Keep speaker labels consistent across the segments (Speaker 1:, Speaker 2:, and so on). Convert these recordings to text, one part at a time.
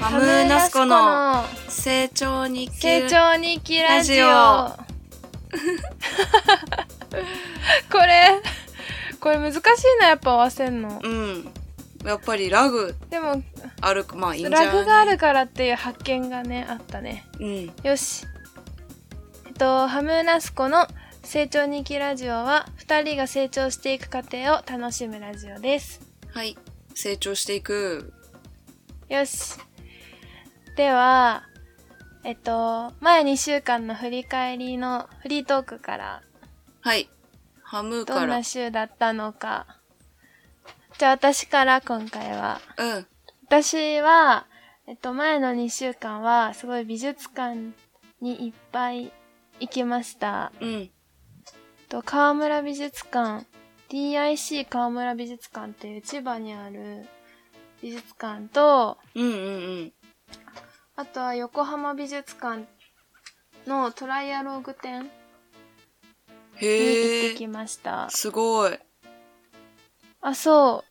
Speaker 1: ハムナスコの成長日記
Speaker 2: 成長日記ラジオ
Speaker 1: ラ
Speaker 2: これこれ難しいなやっぱ合わせんの
Speaker 1: うんやっぱりラグ
Speaker 2: でも
Speaker 1: あるまあいいんじゃない
Speaker 2: ラグがあるからっていう発見がねあったね
Speaker 1: うん
Speaker 2: よしえっとハムナスコの成長日記ラジオは2人が成長していく過程を楽しむラジオです
Speaker 1: はい成長していく
Speaker 2: よしではえっと前2週間の振り返りのフリートークから
Speaker 1: はいハム
Speaker 2: ど
Speaker 1: か
Speaker 2: ん
Speaker 1: ら
Speaker 2: な週だったのか。じゃあ私から今回は。
Speaker 1: うん
Speaker 2: 私は、えっと前の2週間はすごい美術館にいっぱい行きました。
Speaker 1: うん
Speaker 2: えっと川村美術館、DIC 川村美術館っていう千葉にある美術館と、
Speaker 1: うんうん
Speaker 2: あとは横浜美術館のトライアローグ展
Speaker 1: うん
Speaker 2: に行っ
Speaker 1: へ
Speaker 2: て
Speaker 1: え
Speaker 2: きました。
Speaker 1: すごい
Speaker 2: あ、そ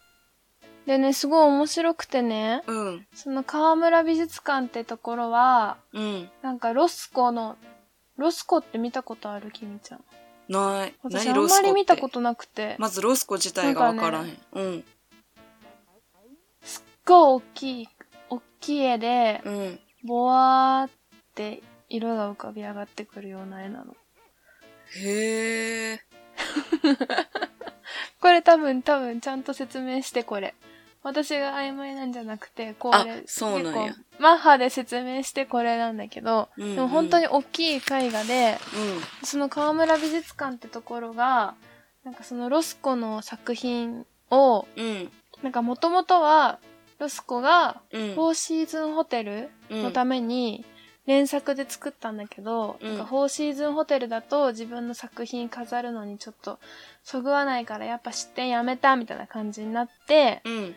Speaker 2: う。でね、すごい面白くてね。
Speaker 1: うん
Speaker 2: その川村美術館ってところは、
Speaker 1: うん
Speaker 2: なんかロスコの、ロスコって見たことあるきみちゃん。
Speaker 1: ない
Speaker 2: 私
Speaker 1: 何
Speaker 2: あんまり見たこととなくて。
Speaker 1: まずロスコ自体がわからへん
Speaker 2: なん
Speaker 1: うん
Speaker 2: すっごい大きい、大きい絵で、
Speaker 1: うん
Speaker 2: ぼわーって色が浮かび上がってくるような絵なの。
Speaker 1: へえ
Speaker 2: これ多分多分ちゃんと説明してこれ。私が曖昧なんじゃなくて、こ
Speaker 1: あ
Speaker 2: れ、
Speaker 1: そうなんや
Speaker 2: 結構マッハで説明してこれなんだけど、
Speaker 1: うんうん
Speaker 2: でも本当に大きい絵画で、
Speaker 1: うん
Speaker 2: その川村美術館ってところが、なんかそのロスコの作品を、
Speaker 1: うん
Speaker 2: なんかもともとは、ロスコが、
Speaker 1: うん
Speaker 2: フォーシーズンホテル
Speaker 1: うん
Speaker 2: のために、連作で作ったんだけど、
Speaker 1: うん
Speaker 2: なんかフォーシーズンホテルだと自分の作品飾るのにちょっと、そぐわないからやっぱ出展やめたみたいな感じになって、
Speaker 1: うん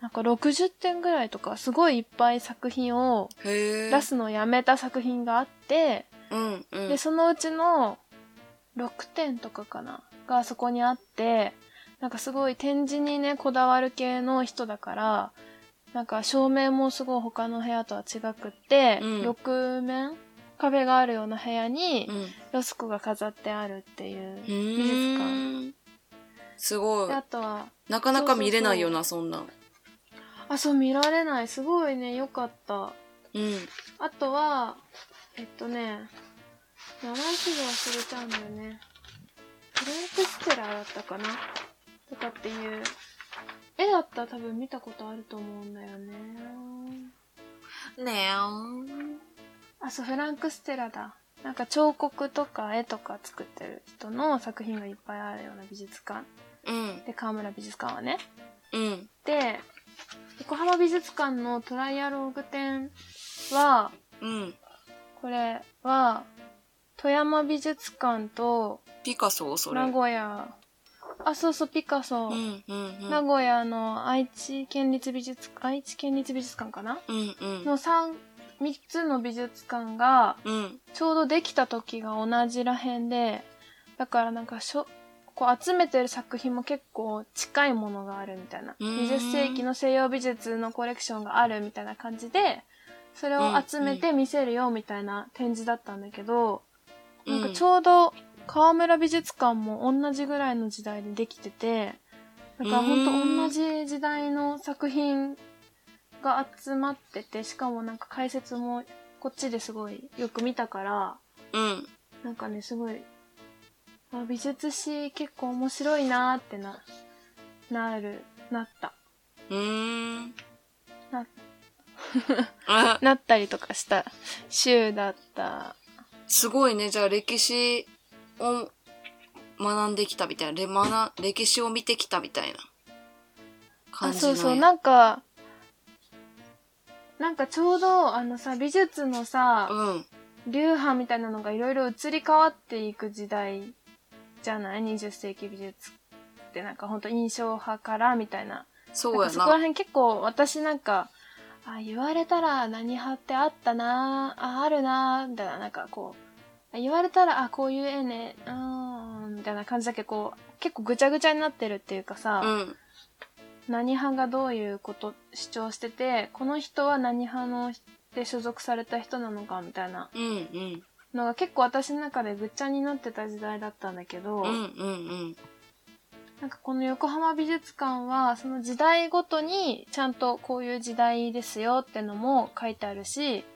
Speaker 2: なんか60点ぐらいとか、すごいいっぱい作品を
Speaker 1: へえ
Speaker 2: 出すのをやめた作品があって、
Speaker 1: うんうん
Speaker 2: で、そのうちの6点とかかながそこにあって、なんかすごい展示にね、こだわる系の人だから、なんか照明もすごい他の部屋とは違くって、
Speaker 1: うん
Speaker 2: 6面カフェがあるような部屋に
Speaker 1: う、ん
Speaker 2: ロスコが飾ってあるっていう
Speaker 1: う
Speaker 2: 美術館。
Speaker 1: ーんすごい
Speaker 2: であとは、
Speaker 1: なかなか見れないよなそんなん
Speaker 2: あ、そう見られない。すごいね、良かった。
Speaker 1: うん
Speaker 2: あとは、えっとね、名前すぐ忘れちゃうんだよね。フレークステラーだったかなとかっていう。絵だったら多分見たことあると思うんだよね。
Speaker 1: ね
Speaker 2: あ、そう、フランクステラだ。なんか彫刻とか絵とか作ってる人の作品がいっぱいあるような美術館。
Speaker 1: えうん
Speaker 2: で、河村美術館はね。
Speaker 1: うん
Speaker 2: で、横浜美術館のトライアローグ展は、
Speaker 1: うん
Speaker 2: これは、富山美術館と
Speaker 1: ピカソそれ
Speaker 2: 名古屋、あ、そうそう、ピカソ、
Speaker 1: うんうんうん
Speaker 2: 名古屋の愛知県立美術、愛知県立美術館かな、
Speaker 1: うんうん
Speaker 2: の三、三つの美術館が、
Speaker 1: うん
Speaker 2: ちょうどできた時が同じらへんで、だからなんかしょ、こう集めてる作品も結構近いものがあるみたいな。
Speaker 1: うーん
Speaker 2: 20世紀の西洋美術のコレクションがあるみたいな感じで、それを集めて見せるよみたいな展示だったんだけど、
Speaker 1: うん
Speaker 2: なんかちょうど河村美術館も同じぐらいの時代にできてて、だからほんと同じ時代の作品が集まってて、しかもなんか解説もこっちですごいよく見たから、
Speaker 1: うん
Speaker 2: なんかね、すごい、あ美術史結構面白いなーってな、なる、なった。
Speaker 1: うーん
Speaker 2: な、
Speaker 1: あ
Speaker 2: なったりとかした週だった。
Speaker 1: すごいねじゃあ歴史を学んできたみたいなれ学歴史を見てきたみたいな感
Speaker 2: あ、
Speaker 1: じ
Speaker 2: そうそう、
Speaker 1: な
Speaker 2: なんか、なんかちょうどあのさ、美術の
Speaker 1: う
Speaker 2: さ、
Speaker 1: ん
Speaker 2: 流派みたいなのがいろいろ移り変わっていく時代じゃない ?20 世紀美術ってなんかほんと印象派からみたいな。
Speaker 1: そう
Speaker 2: なん
Speaker 1: や
Speaker 2: かそこら
Speaker 1: な
Speaker 2: 辺結構私なんか、あ、言われたら何派ってあったなあ、あるなみたいな、なんかこう、あ言われたら、あ、こういう絵ね、うーん、みたいな感じだけど、こう、結構ぐちゃぐちゃになってるっていうかさ、
Speaker 1: うん
Speaker 2: 何派がどういうこと主張しててこの人は何派ので所属された人なのかみたいな
Speaker 1: うんうん
Speaker 2: のが結構私の中でぐっちゃになってた時代だったんだけ
Speaker 1: う
Speaker 2: ど、
Speaker 1: んうん
Speaker 2: なんかこの横浜美術館はその時代ごとにちゃんとこういう時代ですよってのも書いてあるし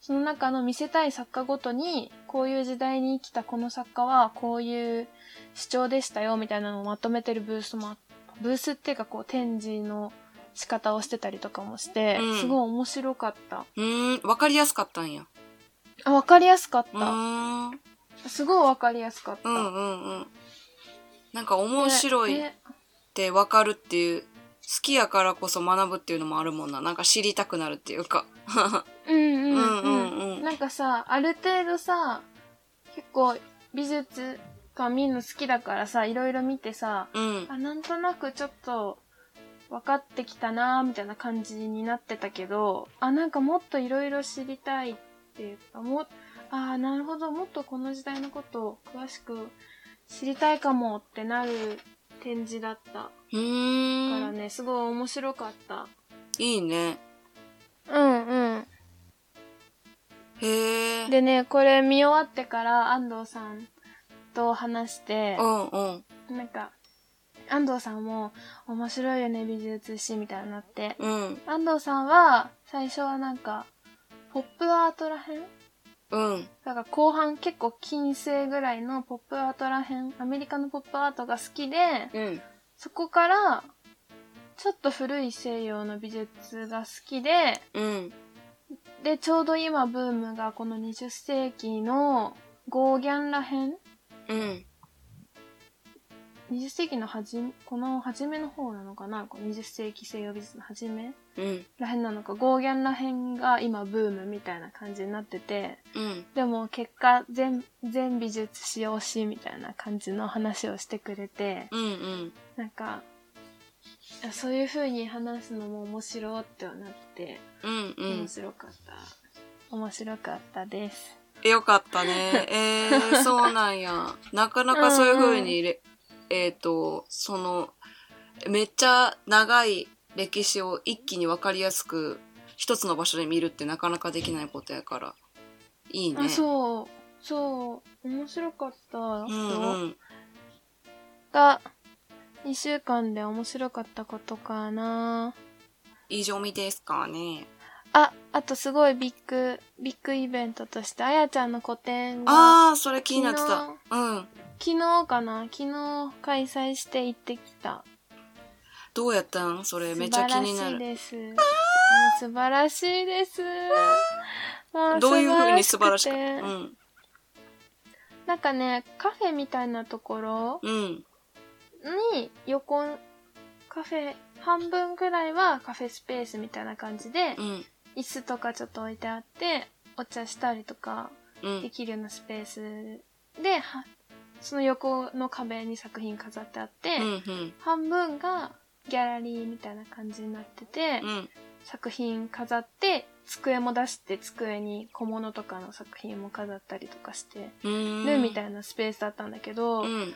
Speaker 2: その中の見せたい作家ごとにこういう時代に生きたこの作家はこういう主張でしたよみたいなのをまとめてるブースもあブースっていうかこう展示の仕方をしてたりとかもして、
Speaker 1: うん
Speaker 2: すごい面白かった
Speaker 1: うんうーんわかりやすかったんや
Speaker 2: あわかりやすかっ
Speaker 1: う
Speaker 2: た、
Speaker 1: ーん
Speaker 2: すごいわかりやすかった、
Speaker 1: うんうんうんなんか面白いっ
Speaker 2: でで
Speaker 1: てわかるっていう好きやからこそ学ぶっていうのもあるもんななんか知りたくなるっていうか
Speaker 2: うんうん
Speaker 1: う
Speaker 2: うん、
Speaker 1: んうんうん
Speaker 2: なんかさある程度さ結構美術館見るの好きだからさいろいろ見てさ
Speaker 1: うん
Speaker 2: あなんとなくちょっと分かってきたなーみたいな感じになってたけどあなんかもっといろいろ知りたいっていうかもあーなるほどもっとこの時代のことを詳しく知りたいかもってなる展示だったか
Speaker 1: うー
Speaker 2: ら
Speaker 1: ん
Speaker 2: ね、すごい面白かった
Speaker 1: いいね
Speaker 2: うんうん
Speaker 1: へえ
Speaker 2: でねこれ見終わってから安藤さんと話して
Speaker 1: うんうん
Speaker 2: なんか安藤さんも「面白いよね美術史」みたいになって
Speaker 1: うん
Speaker 2: 安藤さんは最初はなんかポップアートらへん
Speaker 1: うん
Speaker 2: だから後半結構近世ぐらいのポップアートらへんアメリカのポップアートが好きで
Speaker 1: うん
Speaker 2: そこからちょっと古い西洋の美術が好きで
Speaker 1: うん
Speaker 2: でちょうど今ブームがこの20世紀のゴーギャンらへん
Speaker 1: うん
Speaker 2: 20世紀の初めこの初めの方なのかなこの20世紀西洋美術の初め
Speaker 1: うん
Speaker 2: らへんなのかゴーギャンらへんが今ブームみたいな感じになってて
Speaker 1: うん
Speaker 2: でも結果全全美術使用しみたいな感じの話をしてくれて
Speaker 1: うんうん
Speaker 2: なんかそういう風に話すのも面白いってなって
Speaker 1: うんう
Speaker 2: 面
Speaker 1: ん
Speaker 2: 白かった、面白かったです
Speaker 1: よかった ね。えー、そうなんや。なかなかそういう風にれ、えっ、と、その、めっちゃ長い歴史を一気に分かりやすく、一つの場所で見るってなかなかできないことやから、いいね。
Speaker 2: あそうそう面白かった、
Speaker 1: うんうん。
Speaker 2: が2週間で面白かったことかな
Speaker 1: 以上みですかね。
Speaker 2: ああとすごいビッグビッグイベントとしてあやちゃんの個展が
Speaker 1: あー、それ気になって
Speaker 2: 昨
Speaker 1: た。うん。
Speaker 2: 昨日かな昨日開催して行ってきた
Speaker 1: どうやったんそれめっ
Speaker 2: 素
Speaker 1: ちゃ
Speaker 2: 晴
Speaker 1: 気
Speaker 2: ら
Speaker 1: にな
Speaker 2: しい
Speaker 1: る。
Speaker 2: ですもう素晴らしいですも
Speaker 1: どういう風に素晴らしく
Speaker 2: くて
Speaker 1: うん。
Speaker 2: なんかねカフェみたいなところ
Speaker 1: うん。
Speaker 2: に横カフェ半分くらいはカフェスペースみたいな感じで、
Speaker 1: うん。
Speaker 2: 椅子とかちょっと置いてあってお茶したりとか
Speaker 1: う
Speaker 2: で
Speaker 1: ん。
Speaker 2: きるようなスペースではその横の壁に作品飾ってあって、
Speaker 1: うん。うん。
Speaker 2: 半分がギャラリーみたいな感じになってて、
Speaker 1: うん。
Speaker 2: 作品飾って机も出して机に小物とかの作品も飾ったりとかして
Speaker 1: うん。
Speaker 2: るみ
Speaker 1: い
Speaker 2: たいなスペースだったんだけど、
Speaker 1: うん。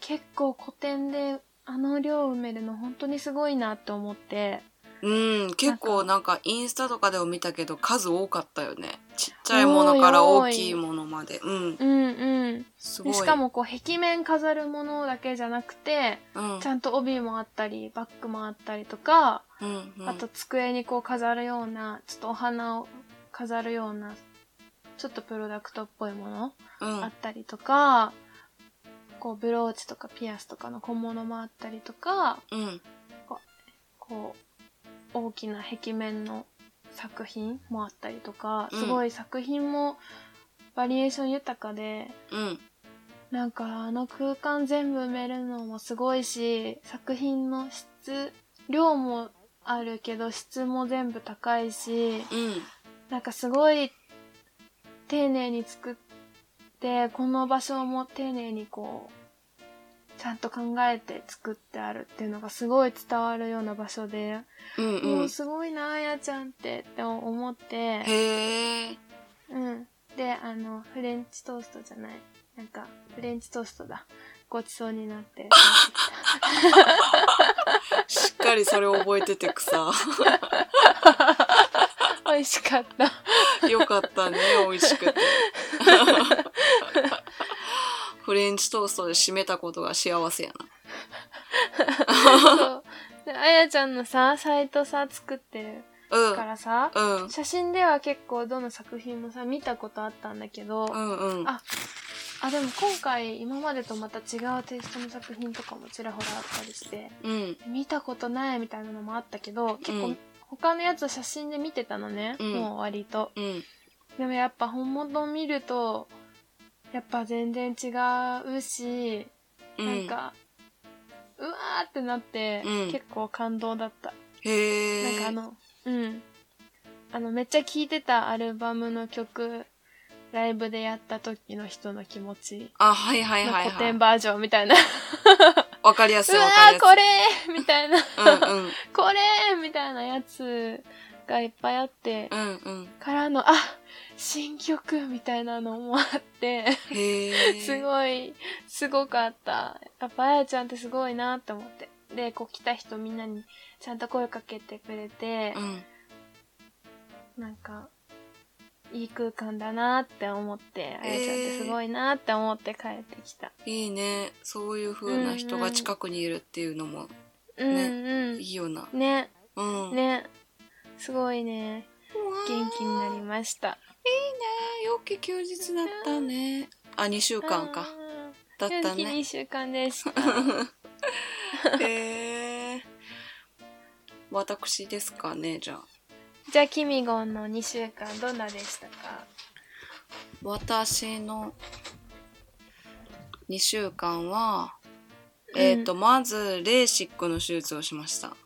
Speaker 2: 結構古典であの量埋めるの本当にすごいなって思って。
Speaker 1: うん、結構なんかインスタとかでも見たけど数多かったよね。ちっちゃいものから
Speaker 2: 多い
Speaker 1: 大きいものまで。うん、
Speaker 2: うんうん、
Speaker 1: すご
Speaker 2: で
Speaker 1: い。
Speaker 2: しか、もこう壁面飾るものだけじゃなくて
Speaker 1: うん、
Speaker 2: ちゃんと帯もあったりバッグもあったりとか、
Speaker 1: うん、うん、
Speaker 2: あと、机にこう飾るようなちょっとお花を飾るようなちょっとプロダクトっぽいもの
Speaker 1: う
Speaker 2: あっ
Speaker 1: ん、
Speaker 2: たりとか、こうブローチとかピアスとかの小物もあったりとか
Speaker 1: うん、
Speaker 2: こう大きな壁面の作品もあったりとか
Speaker 1: うん
Speaker 2: すごい作品もバリエーション豊かで。
Speaker 1: うん、
Speaker 2: なんかあの空間全部埋めるのもすごいし作品の質量もあるけど質も全部高いし
Speaker 1: うん、
Speaker 2: なんかすごい丁寧に作ってこの場所も丁寧にこうちゃんと考えて作ってあるっていうのがすごい伝わるような場所で、
Speaker 1: うん、
Speaker 2: も
Speaker 1: うん
Speaker 2: う。すごいなあやちゃんってって思って。
Speaker 1: へえ、
Speaker 2: うん。で、あの、フレンチトーストじゃない。なんか、フレンチトーストだ。ごちそうになって。
Speaker 1: しっかりそれを覚えててくさ。
Speaker 2: 美味しか っ た。
Speaker 1: よかったね、美味しくて。 フレンチトーストで締めたことが幸せやな。
Speaker 2: そう。で、あやちゃんのさ、サイトさ、作ってる
Speaker 1: うん。
Speaker 2: からさ、
Speaker 1: うん。
Speaker 2: 写真では結構どの作品もさ、見たことあったんだけど、
Speaker 1: うんうん。
Speaker 2: ああ、でも今回今までとまた違うテイストの作品とかもちらほらあったりして、
Speaker 1: うん。
Speaker 2: 見たことないみたいなのもあったけど、結
Speaker 1: う
Speaker 2: 構
Speaker 1: ん
Speaker 2: 他のやつを写真で見てたのね、
Speaker 1: うん
Speaker 2: もう割と。
Speaker 1: うん。
Speaker 2: でもやっぱ本物を見ると、やっぱ全然違うし、
Speaker 1: う
Speaker 2: なん
Speaker 1: ん。
Speaker 2: か、うわーってなって、
Speaker 1: うん
Speaker 2: 結構感動だった。
Speaker 1: へえ。
Speaker 2: なんかあの、うん。あの、めっちゃ聴いてたアルバムの曲、ライブでやった時の人の気持ち
Speaker 1: あ、はいはい
Speaker 2: の
Speaker 1: はい
Speaker 2: 古
Speaker 1: はい
Speaker 2: 典。バージョンみたいな。
Speaker 1: わかりや
Speaker 2: う
Speaker 1: すい
Speaker 2: わ
Speaker 1: わかりや
Speaker 2: ー
Speaker 1: すい。
Speaker 2: これーみたいな。
Speaker 1: うんうん。
Speaker 2: これーみたいなやつがいっぱいあって、
Speaker 1: うんうん。
Speaker 2: からの、あ新曲みたいなのもあって、
Speaker 1: へえ。
Speaker 2: すごい、すごかった。やっぱあやちゃんってすごいなって思って。で、こう来た人みんなにちゃんと声かけてくれて、
Speaker 1: うん。
Speaker 2: なんか、いい空間だなって思って、あやちゃんってすごいなって思って帰ってきた。
Speaker 1: いいね。そういう風な人が近くにいるっていうのも
Speaker 2: うんう
Speaker 1: いいよな。
Speaker 2: ん。ね、
Speaker 1: うん。
Speaker 2: ね。すごいね。元気になり
Speaker 1: ま
Speaker 2: まし
Speaker 1: す。
Speaker 2: た。
Speaker 1: よく休日だったね。あ、2週間か。だ
Speaker 2: あ
Speaker 1: っ
Speaker 2: ー。元
Speaker 1: た
Speaker 2: 気に
Speaker 1: ね。
Speaker 2: 一週間でした。
Speaker 1: へえ。私ですかね、じゃあ。
Speaker 2: じゃあ、キミゴンの2週間どんなでしたか
Speaker 1: 私の2週間は、えっ、と、まず、レーシックの手術をしました。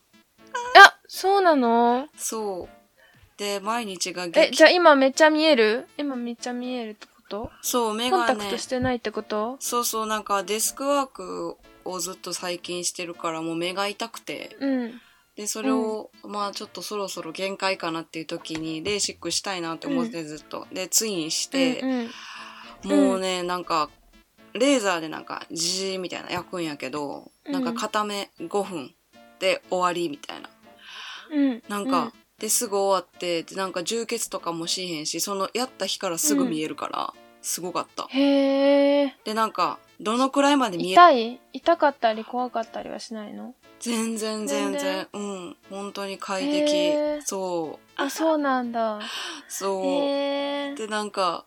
Speaker 2: あ、そうなの
Speaker 1: そう。で、毎日が
Speaker 2: え、
Speaker 1: 激
Speaker 2: じゃあ今めっちゃ見える今めっちゃ見えるってこと
Speaker 1: そう、メ
Speaker 2: コン
Speaker 1: ガ
Speaker 2: タク
Speaker 1: ネ
Speaker 2: ト。してないってこと
Speaker 1: そうそう、なんかデスクワークをずっと最近してるから、もう目が痛くて。
Speaker 2: うん。
Speaker 1: で、それを、まあちょっとそろそろ限界かなっていう時に、レーシックしたいなって思ってずっと。で、ツインして、
Speaker 2: うんうん、ん
Speaker 1: もうね、なんか、レーザーでなんか、ジーみたいな焼くんやけど、
Speaker 2: うん
Speaker 1: なんか片目5分で終わりみたいな。
Speaker 2: うん。
Speaker 1: なんか、ですぐ終わって、で、なんか充血とかもしへんし、そのやった日からすぐ見えるから、すごかった。
Speaker 2: うん、へえ。
Speaker 1: で、なんか、どのくらいまで見え
Speaker 2: 痛い痛かったり怖かったりはしないの
Speaker 1: 全然全
Speaker 2: 全
Speaker 1: 然
Speaker 2: 然、
Speaker 1: うん、本当に快適。
Speaker 2: へー
Speaker 1: そ
Speaker 2: あ、そうなんだ。
Speaker 1: う、そう。
Speaker 2: へえ。
Speaker 1: で、なんか、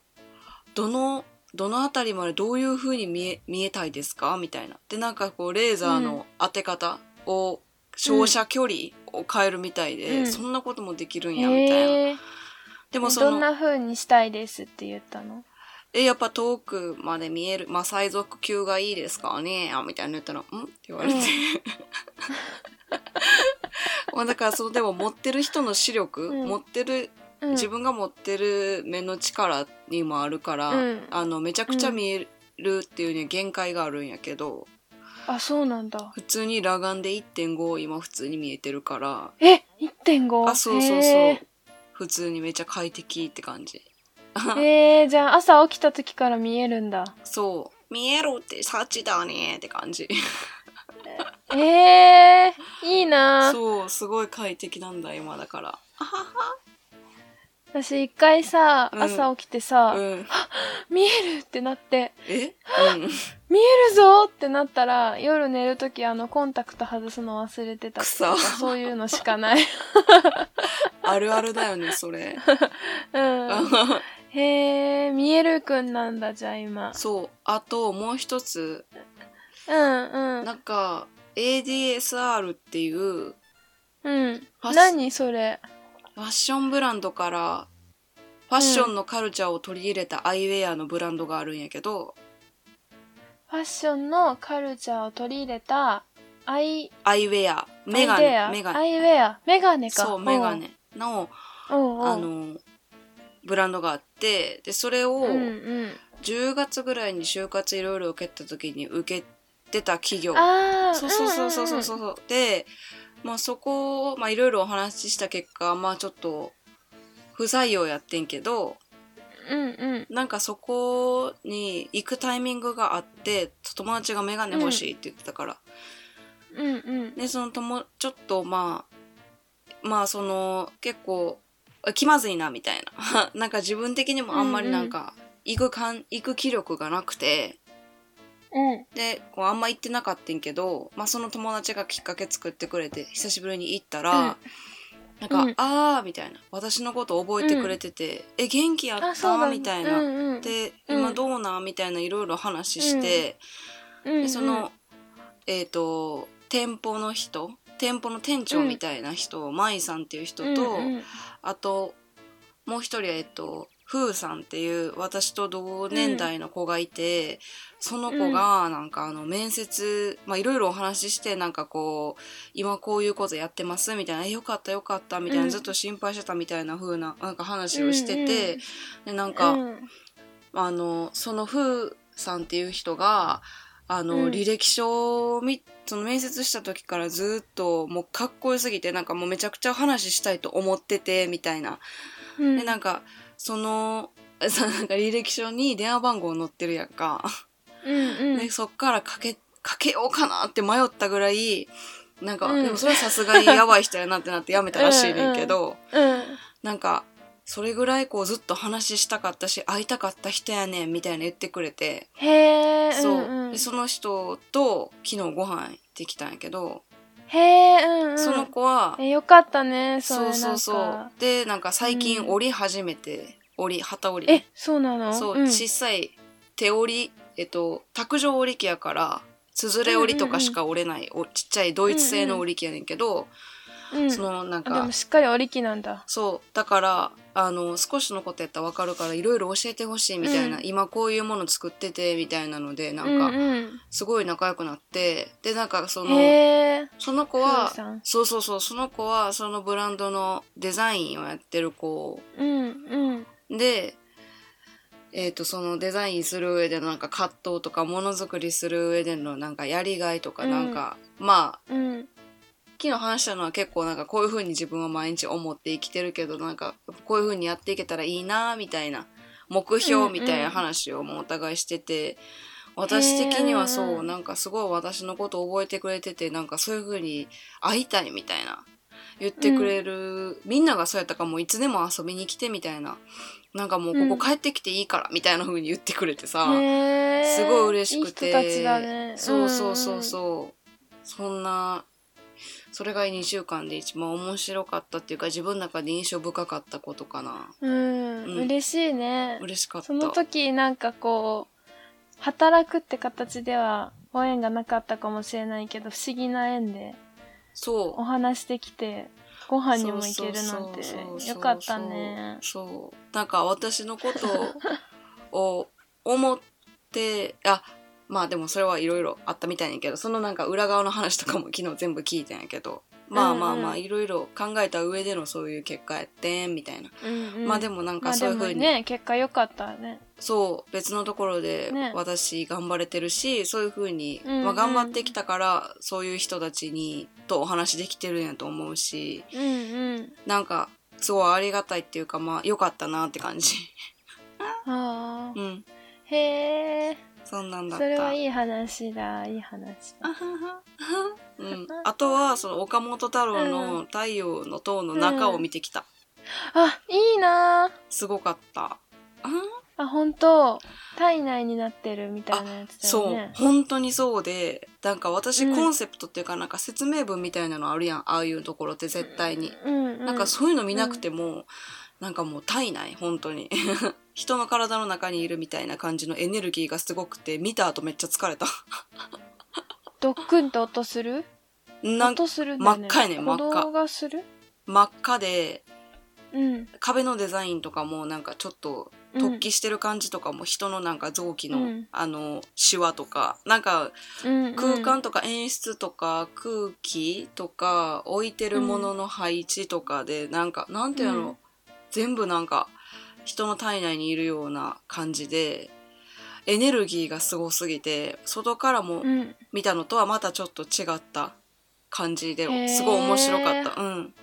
Speaker 1: どの、どのあたりまでどういう風に見え、見えたいですかみたいな。で、なんかこう、レーザーの当て方を、照射距離を変えるみたいで、
Speaker 2: うん
Speaker 1: そんなこともできるんや、みたいな。
Speaker 2: へえ。
Speaker 1: でもそ
Speaker 2: どん
Speaker 1: の、
Speaker 2: な風にしたいですって言ったの
Speaker 1: え、やっぱ遠くまで見える、まあ、最速級がいいですからね、あみたいな言ったら、んって言われて。
Speaker 2: うん
Speaker 1: まあだから、そう、でも持ってる人の視力、
Speaker 2: うん
Speaker 1: 持ってる
Speaker 2: うん。
Speaker 1: 自分が持ってる目の力にもあるから、
Speaker 2: うん
Speaker 1: あのめちゃくちゃ見えるっていうには限界があるんやけど
Speaker 2: あ、そうなんだ。
Speaker 1: 普通に裸眼で1.5今普通に見えてるから
Speaker 2: え !1.5!
Speaker 1: あそうそう
Speaker 2: へ
Speaker 1: そう
Speaker 2: え
Speaker 1: 普通にめっちゃ快適って感じ
Speaker 2: へえ、じゃあ朝起きた時から見えるんだ。
Speaker 1: そう見えろって幸だねって感じ
Speaker 2: ええいいな
Speaker 1: そうすごい快適なんだ今だから
Speaker 2: 私一回さ、
Speaker 1: うん
Speaker 2: 朝起きてさ、
Speaker 1: うん
Speaker 2: 見えるってなって、
Speaker 1: えうん
Speaker 2: 見えるぞってなったら、夜寝るときあのコンタクト外すの忘れてた
Speaker 1: くそ
Speaker 2: そういうのし かない。
Speaker 1: あるあるだよねそれ
Speaker 2: うん。へえ、見えるくんなんだ、じゃあ今。
Speaker 1: そうあともう一つ
Speaker 2: うんうん。
Speaker 1: なんか ADSR っていう
Speaker 2: うん。
Speaker 1: ファッ
Speaker 2: 何それ。
Speaker 1: ファッションブランドからファッションのカルチャーを取り入れたアイウェアのブランドがあるんやけど、
Speaker 2: ファッションのカルチャーを取り入れた、アイ、
Speaker 1: アイウェア、メガ
Speaker 2: アイデ
Speaker 1: ネ、
Speaker 2: ア
Speaker 1: メガ
Speaker 2: ア
Speaker 1: ネ、
Speaker 2: イウェア。メガネか。
Speaker 1: そう、メガネの、
Speaker 2: うん。うんうん。
Speaker 1: あの、ブランドがあって、で、それを
Speaker 2: うんうん。
Speaker 1: 10月ぐらいに就活いろいろ受けた時に受けてた企業。
Speaker 2: ああ。
Speaker 1: そうそうそうそうそうそう。で、まあそこを、まあいろいろお話しした結果、まあちょっと、不採用やってんけど、
Speaker 2: ううんうん。
Speaker 1: なんかそこに行くタイミングがあって友達がメガネ欲しいって言ってたから、
Speaker 2: うんうん。
Speaker 1: でその友ちょっとまあまあその結構あ気まずいなみたいな なんか自分的にもあんまりなんか、行くかん行く気力がなくて
Speaker 2: うん。
Speaker 1: でこうあんま行ってなかったんけど、まあ、その友達がきっかけ作ってくれて久しぶりに行ったら、なんか「
Speaker 2: うん
Speaker 1: あー」みたいな私のこと覚えてくれてて「え元気やっ
Speaker 2: あ、そう
Speaker 1: た?」
Speaker 2: だ
Speaker 1: みたいな。
Speaker 2: うんうん、
Speaker 1: で
Speaker 2: うん
Speaker 1: 今どうなんみたいないろいろ話して、
Speaker 2: うんうん
Speaker 1: でその、えっ、と店舗の人店舗の店長みたいな人を、マイさんっていう人と、
Speaker 2: うんうん
Speaker 1: あともう一人えっ、とフーさんっていう私と同年代の子がいて、その子がなんかあの面接まあいろいろお話ししてなんかこう今こういうことやってますみたいなえよかったよかったみたいな、
Speaker 2: うん
Speaker 1: ずっと心配してたみたいな風ななんか話をしてて、
Speaker 2: うん
Speaker 1: でなんか、
Speaker 2: うん
Speaker 1: あのそのフーさんっていう人があの、
Speaker 2: うん
Speaker 1: 履歴書をみその面接した時からずっともうかっこよすぎてなんかもうめちゃくちゃ話したいと思っててみたいな。
Speaker 2: うん、
Speaker 1: でなんかそのさなんか履歴書に電話番号載ってるやんか。
Speaker 2: うんうん
Speaker 1: でそっからかけかけようかなって迷ったぐらいなんか、
Speaker 2: うん
Speaker 1: でもそれはさすがにやばい人やなってなってやめたらしいねんけど。
Speaker 2: うん
Speaker 1: なんかそれぐらいこうずっと話したかったし会いたかった人やねんみたいな言ってくれて、
Speaker 2: へえ、
Speaker 1: そう、
Speaker 2: んうん
Speaker 1: で、その人と昨日ご飯行ってきたんやけど、
Speaker 2: へえ、うんうん、
Speaker 1: その子は
Speaker 2: えよかったね、
Speaker 1: そ
Speaker 2: れ
Speaker 1: うそうそ
Speaker 2: なん
Speaker 1: う
Speaker 2: か
Speaker 1: でなんか最
Speaker 2: う
Speaker 1: 近
Speaker 2: ん
Speaker 1: 折り始めて折り旗折り
Speaker 2: え、そうなの？
Speaker 1: そう、
Speaker 2: ん、
Speaker 1: 小さい手折りえっと卓上織り機やからつづれ織りとかしか折れない、おちっちゃいドイツ製の織り機やねんけど、
Speaker 2: うん、
Speaker 1: そのなん
Speaker 2: あで
Speaker 1: か
Speaker 2: もしっかり折り機なんだ。
Speaker 1: そうだからあの少しのことやったら分かるからいろいろ教えてほしいみたいな、
Speaker 2: うん
Speaker 1: 今こういうもの作っててみたいなのでなんか、
Speaker 2: うんうん、
Speaker 1: すごい仲良くなってでなんかその
Speaker 2: へえ、
Speaker 1: その子
Speaker 2: ふ
Speaker 1: は
Speaker 2: うさん
Speaker 1: そうそうそうその子はそのブランドのデザインをやってる子
Speaker 2: うんうん
Speaker 1: で、えー、とそのデザインする上でのなんか葛藤とかものづくりする上でのなんかやりがいとか
Speaker 2: うん
Speaker 1: なんか、まあ
Speaker 2: うん
Speaker 1: 昨日話したのは結構なんかこういう風に自分は毎日思って生きてるけどなんかこういう風にやっていけたらいいなみたいな目標みたいな話をもうお互いしてて、私的には
Speaker 2: へ
Speaker 1: そ
Speaker 2: ー
Speaker 1: うなんかすごい私のこと覚えてくれててなんかそういう風に会いたいみたいな言ってくれる、みんながそうやったからもういつでも遊びに来てみたいななんかもうここ帰ってきていいからみたいな風に言ってくれてさ、
Speaker 2: へえ、
Speaker 1: すごい嬉しくて
Speaker 2: いい人たちだね。
Speaker 1: そうそうそうそう、そんなそれが2週間で一番面白かったっていうか自分の中で印象深かったことかな
Speaker 2: うん。うん、
Speaker 1: うん
Speaker 2: 嬉しいね。
Speaker 1: 嬉しかった
Speaker 2: その時なんかこう働くって形ではご縁がなかったかもしれないけど不思議な縁で
Speaker 1: そう
Speaker 2: お話できてご飯にも行けるなん
Speaker 1: そうそうそう
Speaker 2: て
Speaker 1: そう
Speaker 2: よかったね。
Speaker 1: そうなんか私のことを思ってあまあでもそれはいろいろあったみたいやけどそのなんか裏側の話とかも昨日全部聞いてんやけどまあまあま
Speaker 2: う
Speaker 1: あ
Speaker 2: んう
Speaker 1: いろいろ考えた上でのそういう結果やってんみたいな、
Speaker 2: うんうん
Speaker 1: まあでもなん
Speaker 2: ま
Speaker 1: か
Speaker 2: あ
Speaker 1: そう
Speaker 2: で
Speaker 1: いうふ
Speaker 2: も
Speaker 1: うに、
Speaker 2: ね結果良かったね。
Speaker 1: そう別のところで
Speaker 2: ね
Speaker 1: 私頑張れてるし、そういうふうに、
Speaker 2: うんうん
Speaker 1: まあ、頑張ってきたからそういう人たちにとお話できてるんやと思うし
Speaker 2: うんうん。
Speaker 1: なんかすごいありがたいっていうかまあ良かったなって感 じ
Speaker 2: ああ
Speaker 1: うん
Speaker 2: へえ
Speaker 1: そんなんだ
Speaker 2: そ
Speaker 1: った
Speaker 2: れはいい話だいい話だ。
Speaker 1: うん、あとはその岡本太郎の「太陽の塔」の中を見てきた、
Speaker 2: あいいなー
Speaker 1: すごかったあ
Speaker 2: あ本当体内になってるみたいなやつだよ
Speaker 1: そう、
Speaker 2: ね。
Speaker 1: 本当にそうでなんか私
Speaker 2: うん
Speaker 1: コンセプトっていうかなんか説明文みたいなのあるやんああいうところって絶対に、
Speaker 2: うんうん。
Speaker 1: なんかそういうの見なくても、なんかもう体内本当に 人の体の中にいるみたいな感じのエネルギーがすごくて見た後めっちゃ疲れ た
Speaker 2: ドックンって音する？
Speaker 1: なん
Speaker 2: 音するんだよ
Speaker 1: 真っ赤やね真っ赤
Speaker 2: 鼓動がする？
Speaker 1: 真っ赤で
Speaker 2: うん。
Speaker 1: 壁のデザインとかもなんかちょっと突起してる感じとかも人のなんか臓器の、
Speaker 2: うん
Speaker 1: あのシワとかなんか空間とか演出とか空気とか置いてるものの配置とかでなんかなんていうの、
Speaker 2: うん
Speaker 1: 全部なんか人の体内にいるような感じでエネルギーがすごすぎて外からも
Speaker 2: うんうん
Speaker 1: 見たのとはまたちょっと違った感じで
Speaker 2: へー
Speaker 1: すごい面白かった、うん、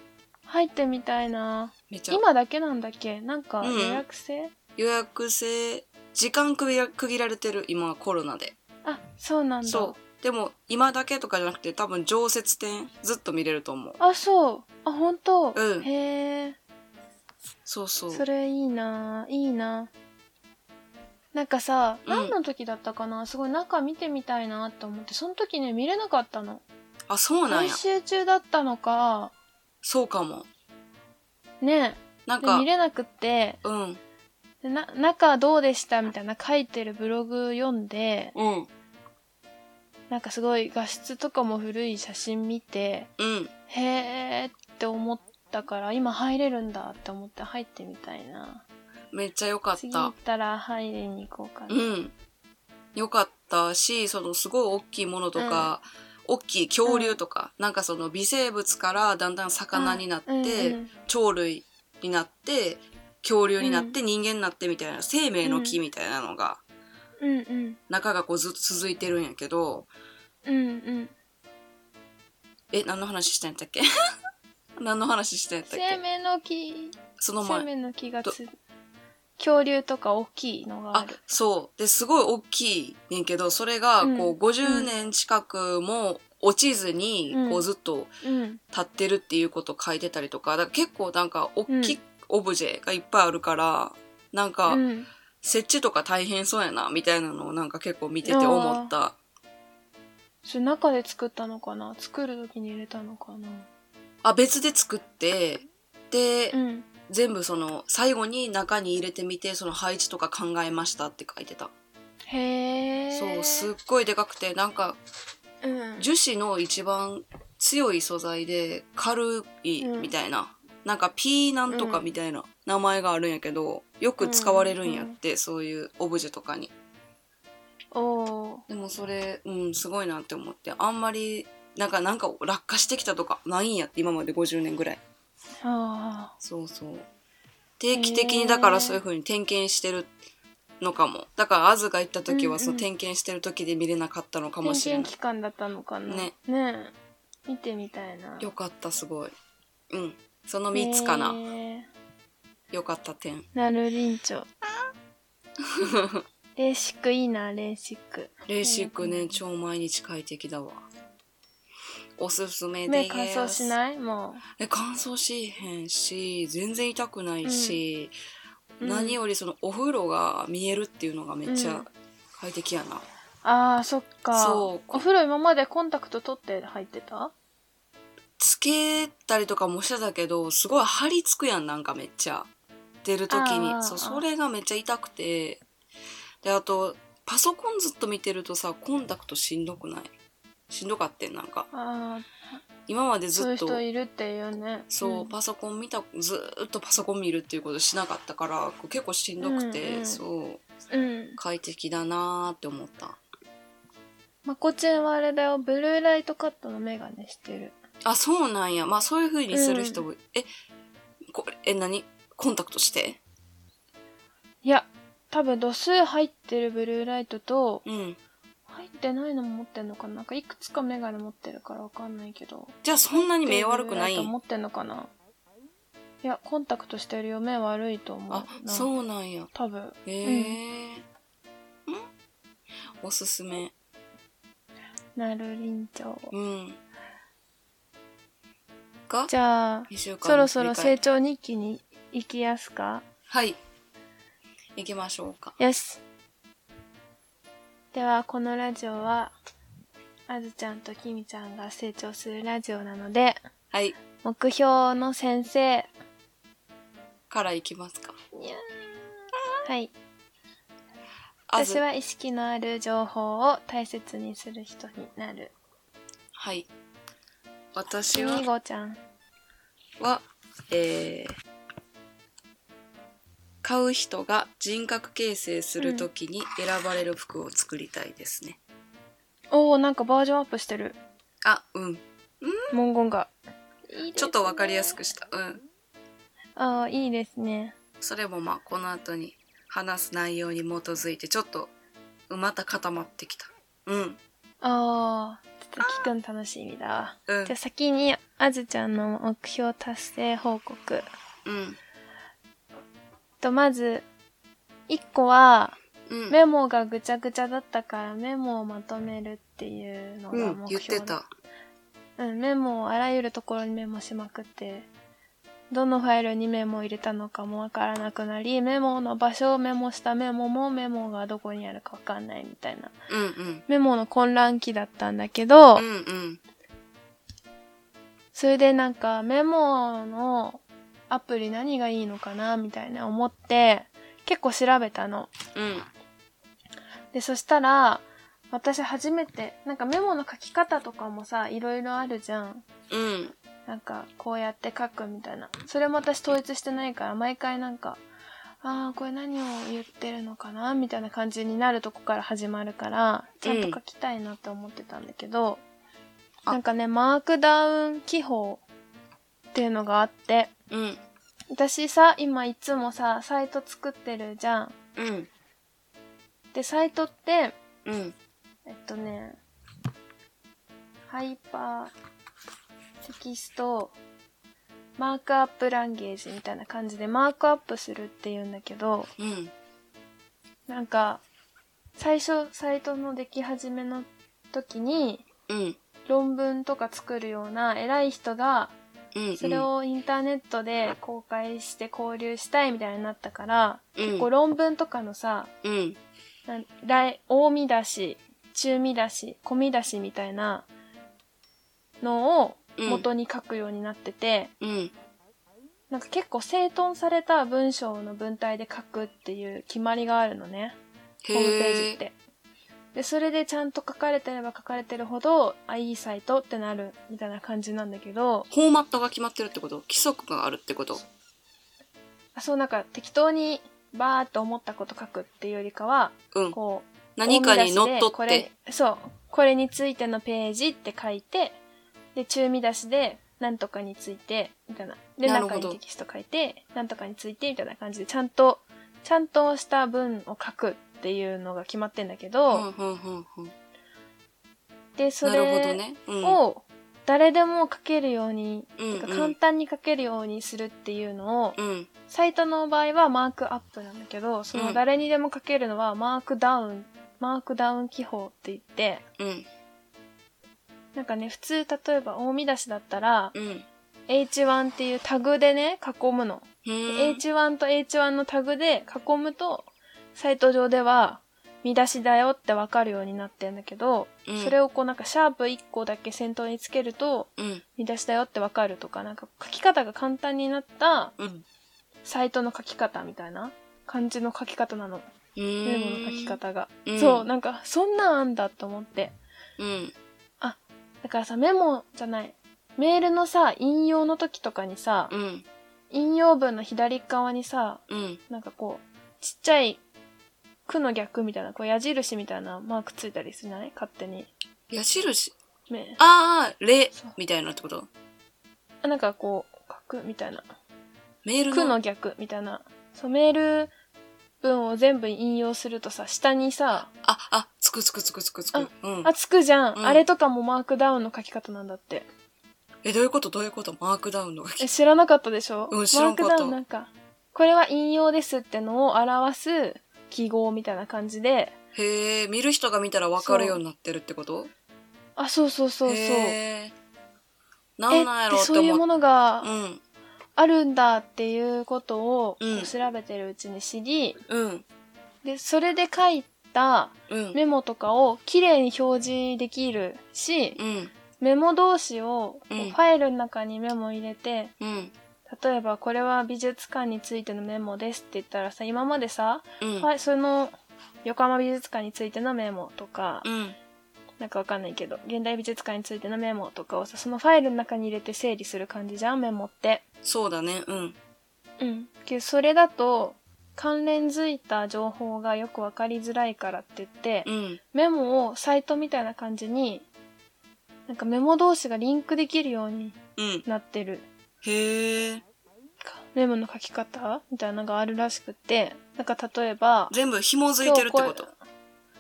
Speaker 2: 入ってみたいな
Speaker 1: めちゃ
Speaker 2: 今だけなんだっけなんか
Speaker 1: うん
Speaker 2: 予約制、
Speaker 1: 予予約制、時間区切ら区切られてる、今はコロナで。
Speaker 2: あ、そうなんだ。
Speaker 1: そう。でも、今だけとかじゃなくて、多分常設展ずっと見れると思う。
Speaker 2: あ、そう。あ、本当。
Speaker 1: うん
Speaker 2: へえ。
Speaker 1: そうそう。
Speaker 2: それいいなぁいいなぁなんかさ、
Speaker 1: うん
Speaker 2: 何の時だったかなすごい中見てみたいなって思って、その時ね、見れなかったの。
Speaker 1: あ、そうなん
Speaker 2: 練
Speaker 1: や。
Speaker 2: 習中だったのか、
Speaker 1: そうかも。
Speaker 2: ね、
Speaker 1: なん
Speaker 2: で
Speaker 1: か
Speaker 2: 見、れなくって、
Speaker 1: うん、
Speaker 2: でな、中どうでしたみたいな書いてるブログ読んで、
Speaker 1: うん、
Speaker 2: なんかすごい画質とかも古い写真見て、
Speaker 1: うん。
Speaker 2: へーって思ったから、今入れるんだって思って入ってみたいな。
Speaker 1: めっちゃ良かっ
Speaker 2: 次行
Speaker 1: た
Speaker 2: っ。たら入りに行こうかな。
Speaker 1: うん。良かったし、そのすごい大きいものとか、大きい恐竜とか、なんかその微生物からだんだん魚になって、
Speaker 2: うんうん
Speaker 1: 鳥類になって、恐竜になって、人間になってみたいな、生命の木みたいなのが、
Speaker 2: うんうん
Speaker 1: 中がこうずっと続いてるんやけど、
Speaker 2: うんうん
Speaker 1: え、何の話したんやったっ け何の話したんやったっ
Speaker 2: 生
Speaker 1: け
Speaker 2: 命の木
Speaker 1: その
Speaker 2: 生
Speaker 1: 前。
Speaker 2: 命の木がつ恐竜とか大きいのがあ
Speaker 1: あ
Speaker 2: る、
Speaker 1: そう。で、すごい大きいねんけど、それが、こう、
Speaker 2: うん
Speaker 1: 50年近くも落ちずに、
Speaker 2: うん
Speaker 1: こう、ずっと
Speaker 2: うん、
Speaker 1: 立ってるっていうことを書いてたりとか、だから結構なんか、大き
Speaker 2: う
Speaker 1: いオブジェがいっぱいあるから、なんか
Speaker 2: う、ん、
Speaker 1: 設置とか大変そうやな、みたいなのをなんか結構見てて思った。
Speaker 2: それ中で作ったのかな作る時に入れたのかな
Speaker 1: あ、別で作って、で、
Speaker 2: うん
Speaker 1: 全部その、最後に中に入れてみて、その配置とか考えましたって書いてた。
Speaker 2: へえ
Speaker 1: そう、すっごいでかくて、なんか、
Speaker 2: うん
Speaker 1: 樹脂の一番強い素材で軽いみたいな、なんかピーなんとかみたいな名前があるんやけどよく使われるんやって、そういうオブジェとかに
Speaker 2: おー
Speaker 1: でもそれうんすごいなって思ってあんまりなんかなんか落下してきたとかないんやって今まで50年ぐらい
Speaker 2: あ
Speaker 1: そうそう定期的にだからそういう風に点検してるのかもだからアズが行った時
Speaker 2: うんうん
Speaker 1: はその点検してる時で見れなかったのか
Speaker 2: ー
Speaker 1: も
Speaker 2: 点
Speaker 1: しれない
Speaker 2: 検期間だったのかな
Speaker 1: ね
Speaker 2: ねえ見てみたいな
Speaker 1: よかったすごいうんその3つかな、
Speaker 2: へー
Speaker 1: よかった点
Speaker 2: なるりん ちょレーシックいいなレーシック
Speaker 1: レーシックね、超毎日快適だわ。おすすめで
Speaker 2: 目
Speaker 1: す。
Speaker 2: 乾燥し
Speaker 1: い
Speaker 2: ないもう
Speaker 1: え、乾燥しへんし、全然痛くないし、
Speaker 2: うん
Speaker 1: 何よりそのお風呂が見えるっていうのがめっちゃ快適やな。
Speaker 2: ああそっか
Speaker 1: そう
Speaker 2: お風呂今までコンタクト取って入ってた
Speaker 1: つけたりとかもしてたけど、すごい張り付くやん、なんかめっちゃ。出る時
Speaker 2: あー
Speaker 1: に。そう、それがめっちゃ痛くて。で、あと、パソコンずっと見てるとさ、コンタクトしんどくないしんどかってん、なんか。
Speaker 2: ああ
Speaker 1: 今までずっと。
Speaker 2: そういう人いるっていうね
Speaker 1: そう、
Speaker 2: ん
Speaker 1: パソコン見たずーっとパソコン見るっていうことしなかったからこう結構しんどくて、
Speaker 2: うんうん
Speaker 1: そう
Speaker 2: うん
Speaker 1: 快適だなーって思った
Speaker 2: まこちんはあれだよブルーライトカットのメガネしてる
Speaker 1: あそうなんやまあそういう風にする人も、えこえ何コンタクトして
Speaker 2: いや多分度数入ってるブルーライトと
Speaker 1: うん
Speaker 2: 入ってないのも持ってんのかななんかいくつかメガネ持ってるからわかんないけど
Speaker 1: じゃあそんなに目悪くな
Speaker 2: ブルーライ
Speaker 1: い
Speaker 2: ト持ってんのかないやコンタクトしてるよ目悪いと思う
Speaker 1: あ
Speaker 2: な
Speaker 1: そうなんや
Speaker 2: 多分
Speaker 1: へえーんおすすめ
Speaker 2: なるりんちょう
Speaker 1: うんが
Speaker 2: じゃあ
Speaker 1: 2週間
Speaker 2: そろそろ
Speaker 1: 振り返
Speaker 2: 成長日記に行きやすか
Speaker 1: はい行きましょうか
Speaker 2: よし。では、このラジオは、あずちゃんときみちゃんが成長するラジオなので、
Speaker 1: はい
Speaker 2: 目標の先生、にゃ
Speaker 1: から行きますか
Speaker 2: ーはい。
Speaker 1: あず
Speaker 2: 私は意識のある情報を大切にする人になる。
Speaker 1: はい。私
Speaker 2: み
Speaker 1: は、
Speaker 2: ごちゃん。
Speaker 1: はえー買う人が人格形成するときに選ばれる服を作りたいですね。
Speaker 2: おー、なんかバージョンアップしてる。
Speaker 1: あ、うん。
Speaker 2: 文言が。
Speaker 1: ちょっとわかりやす。くした。うん。
Speaker 2: ああ、いいですね。
Speaker 1: それもまあ、この後に話す内容に基づいて、ちょっと、うんまた固まってきた。うん。
Speaker 2: ああ、ちょっと聞くん楽しみだわ。
Speaker 1: うん
Speaker 2: じゃあ。先にあずちゃんの目標達成報告。
Speaker 1: うん。
Speaker 2: とまず一個は、
Speaker 1: うん。
Speaker 2: メモがぐちゃぐちゃだったからメモをまとめるっていうのが目
Speaker 1: う
Speaker 2: 標
Speaker 1: ん、言ってた。
Speaker 2: うん、メモをあらゆるところにメモしまくって、どのファイルにメモを入れたのかもわからなくなり、メモの場所をメモしたメモもメモがどこにあるかわかんないみたいな。
Speaker 1: うんうん。
Speaker 2: メモの混乱期だったんだけど、
Speaker 1: うんうん。
Speaker 2: それでなんかメモのアプリ何がいいのかなみたいな思って、結構調べたの。
Speaker 1: うん。
Speaker 2: で、そしたら、私初めて、なんかメモの書き方とかもさ、いろいろあるじゃん。
Speaker 1: うん。
Speaker 2: なんか、こうやって書くみたいな。それも私統一してないから、毎回なんか、ああ、これ何を言ってるのかなみたいな感じになるとこから始まるから、ちゃんと書きたいなって思ってたんだけど、
Speaker 1: あ
Speaker 2: なんかね、マークダウン記法っていうのがあって、
Speaker 1: うん。
Speaker 2: 私さ、今いつもさ、サイト作ってるじゃん。
Speaker 1: うん。
Speaker 2: で、サイトって、
Speaker 1: うん。
Speaker 2: えっとね、ハイパーテキストマークアップランゲージみたいな感じでマークアップするっていうんだけど、
Speaker 1: うん。
Speaker 2: なんか、最初サイトの出来始めの時に
Speaker 1: うん。
Speaker 2: 論文とか作るような偉い人が
Speaker 1: うん。
Speaker 2: それをインターネットで公開して交流したいみたいになったから、
Speaker 1: うん
Speaker 2: 結構論文とかのさ、
Speaker 1: うん。
Speaker 2: なん来大見出し、中見出し、小見出しみたいなのを元に書くようになってて、
Speaker 1: うん。
Speaker 2: なんか結構整頓された文章の文体で書くっていう決まりがあるのね。ホームページっ
Speaker 1: へえ。
Speaker 2: て。で、それでちゃんと書かれてれば書かれてるほど、あ、いいサイトってなるみたいな感じなんだけど、
Speaker 1: フォーマットが決まってるってこと規則があるってこと
Speaker 2: あそうなんか適当にバーっと思ったこと書くっていうよりかは、
Speaker 1: うん。
Speaker 2: こう、
Speaker 1: 何かに乗っ取
Speaker 2: こ
Speaker 1: って
Speaker 2: れ。そうこれについてのページって書いてで中見出しで何とかについてみたいなで
Speaker 1: なるほ
Speaker 2: 中
Speaker 1: ど
Speaker 2: にテキスト書いて何とかについてみたいな感じでちゃんとちゃんとした文を書くっていうのが決まってんだけ
Speaker 1: う
Speaker 2: ど、
Speaker 1: んうんうんうん。
Speaker 2: でそ
Speaker 1: なるほど
Speaker 2: れ
Speaker 1: ね。うん。
Speaker 2: を誰でも書けるように、
Speaker 1: うん
Speaker 2: てか
Speaker 1: うん
Speaker 2: 簡単に書けるようにするっていうのを、
Speaker 1: うん。
Speaker 2: サイトの場合はマークアップなんだけどその誰にでも書けるのはマークダウン、マークダウン記法って言って、
Speaker 1: うん。
Speaker 2: なんかね、普通、例えば、大見出しだったら、
Speaker 1: うん。
Speaker 2: H1 っていうタグでね、囲むの。
Speaker 1: う
Speaker 2: で
Speaker 1: ん。
Speaker 2: H1 と H1 のタグで囲むと、サイト上では、見出しだよってわかるようになってんだけど、
Speaker 1: うん
Speaker 2: それをこうなんか、シャープ1個だけ先頭につけると、
Speaker 1: うん。
Speaker 2: 見出しだよってわかるとか、なんか、書き方が簡単になった、
Speaker 1: うん。
Speaker 2: サイトの書き方みたいな感じの書き方なの。メモの書き方が。
Speaker 1: うん
Speaker 2: そう、なんか、そんなんあんだと思って。
Speaker 1: うん。
Speaker 2: だからさ、メモじゃない。メールのさ、引用の時とかにさ、
Speaker 1: うん。
Speaker 2: 引用文の左側にさ、
Speaker 1: うん。
Speaker 2: なんかこう、ちっちゃい、区の逆みたいな、こう矢印みたいなマークついたりしない勝手に。
Speaker 1: 矢印。
Speaker 2: め
Speaker 1: ああ、れ
Speaker 2: そう、
Speaker 1: みたいなってこと
Speaker 2: あなんかこう、書くみたいな。
Speaker 1: メール
Speaker 2: 区
Speaker 1: の。
Speaker 2: の逆みたいな。そう、メール文を全部引用するとさ、下にさ、
Speaker 1: あ、あ、つくつくつくつくつく。うん
Speaker 2: あ、。つくじゃん。
Speaker 1: うん
Speaker 2: あれとかもマークダウンの書き方なんだって。
Speaker 1: え、どういうことどういうことマークダウンの書き
Speaker 2: え、知らなかったでしょ
Speaker 1: うん知らんかった
Speaker 2: マークダウンなんか、これは引用ですってのを表す記号みたいな感じで、
Speaker 1: へえ、見る人が見たらわかるようになってるってこと
Speaker 2: あ、そうそうそうそう。え、
Speaker 1: へーなんなんやろ
Speaker 2: で
Speaker 1: うって
Speaker 2: そういう
Speaker 1: 思
Speaker 2: も
Speaker 1: っ
Speaker 2: の
Speaker 1: た。
Speaker 2: が
Speaker 1: うん。
Speaker 2: あるんだっていうことをこ
Speaker 1: うん
Speaker 2: う調べてるうちに知り、
Speaker 1: うん。
Speaker 2: で、それで書いた
Speaker 1: うん。
Speaker 2: メモとかをきれいに表示できるし、
Speaker 1: うん。
Speaker 2: メモ同士をこう
Speaker 1: うん
Speaker 2: ファイルの中にメモ入れて、
Speaker 1: うん。
Speaker 2: 例えばこれは美術館についてのメモですって言ったらさ、今までさ、
Speaker 1: うん。
Speaker 2: はい、その横浜美術館についてのメモとか、
Speaker 1: うん。
Speaker 2: なんかわかんないけど、現代美術館についてのメモとかをさ、そのファイルの中に入れて整理する感じじゃん、メモって。
Speaker 1: そうだね。うん。
Speaker 2: うん。けどそれだと、関連づいた情報がよくわかりづらいからって言って、
Speaker 1: うん。
Speaker 2: メモをサイトみたいな感じに、なんかメモ同士がリンクできるように
Speaker 1: うん。
Speaker 2: なってる
Speaker 1: へえ。
Speaker 2: かメモの書き方みたいなのがあるらしくて、なんか例えば、
Speaker 1: 全部紐づいてるってこと
Speaker 2: 今日こう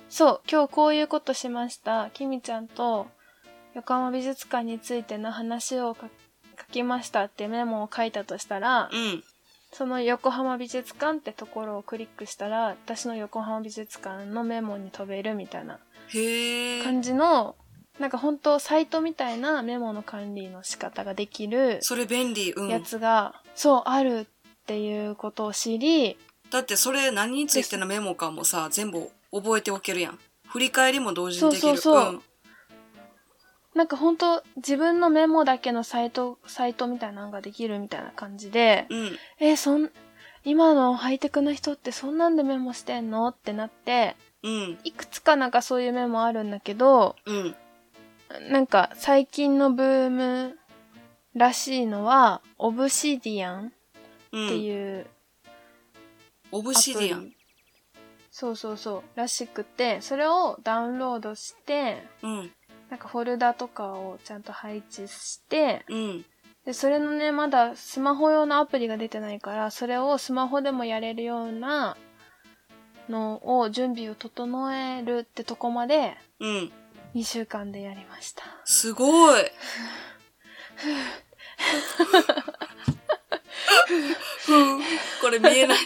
Speaker 2: そう、今日こういうことしました。きみちゃんと横浜美術館についての話をか書きましたってメモを書いたとしたら
Speaker 1: う、ん。
Speaker 2: その横浜美術館ってところをクリックしたら、私の横浜美術館のメモに飛べるみたいな
Speaker 1: へえ。
Speaker 2: 感じの、なんか本当サイトみたいなメモの管理の仕方ができる
Speaker 1: それ便利。う
Speaker 2: や
Speaker 1: ん。
Speaker 2: つが、そう、あるっていうことを知り、
Speaker 1: だってそれ何についてのメモかもさ、全部覚えておけるやん。振り返りも同時にできる。
Speaker 2: そうそうそうなんか本当自分のメモだけのサイト、サイトみたいなのができるみたいな感じで、
Speaker 1: うん。うん。
Speaker 2: え、そん、今のハイテクな人ってそんなんでメモしてんのってなって、
Speaker 1: うん。
Speaker 2: いくつかなんかそういうメモあるんだけど、
Speaker 1: うん。
Speaker 2: なんか最近のブームらしいのは、オブシディアン
Speaker 1: うん。
Speaker 2: っていう
Speaker 1: オブ
Speaker 2: アプ
Speaker 1: シ
Speaker 2: リ、
Speaker 1: ディアン。
Speaker 2: そうそうそう、らしくて、それをダウンロードして、
Speaker 1: うん。
Speaker 2: なんかフォルダとかをちゃんと配置して、
Speaker 1: うん。
Speaker 2: で、それのね、まだスマホ用のアプリが出てないから、それをスマホでもやれるようなのを準備を整えるってとこまで
Speaker 1: うん。
Speaker 2: 2週間でやりま した。
Speaker 1: すごい。ふうこれ見えない。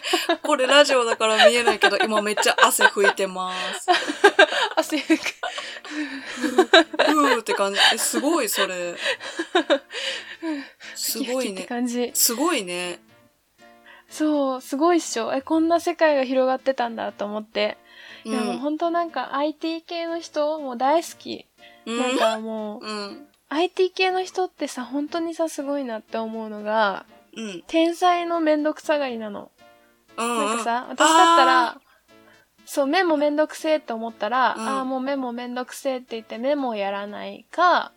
Speaker 1: これラジオだから見えないけど、今めっちゃ汗拭いてます。
Speaker 2: 汗拭く。
Speaker 1: ふうって感じ。え、すごい、それ。すごい
Speaker 2: って
Speaker 1: ね。
Speaker 2: 感じ。
Speaker 1: すごいね。
Speaker 2: そう、すごいっしょ。え、こんな世界が広がってたんだと思って。
Speaker 1: う。
Speaker 2: いや、もうん本当なんか IT 系の人もう大好き。
Speaker 1: う
Speaker 2: なん
Speaker 1: ん。
Speaker 2: かもう、
Speaker 1: うん。
Speaker 2: IT 系の人ってさ、本当にさ、すごいなって思うのが、
Speaker 1: うん。
Speaker 2: 天才のめんどくさがりなの。
Speaker 1: うん。
Speaker 2: なんかさ、私だった
Speaker 1: あ
Speaker 2: ら、そう、メモめんどくせえって思ったら、
Speaker 1: うん
Speaker 2: ああ、もうメモめんどくせえって言ってメモをやらないか、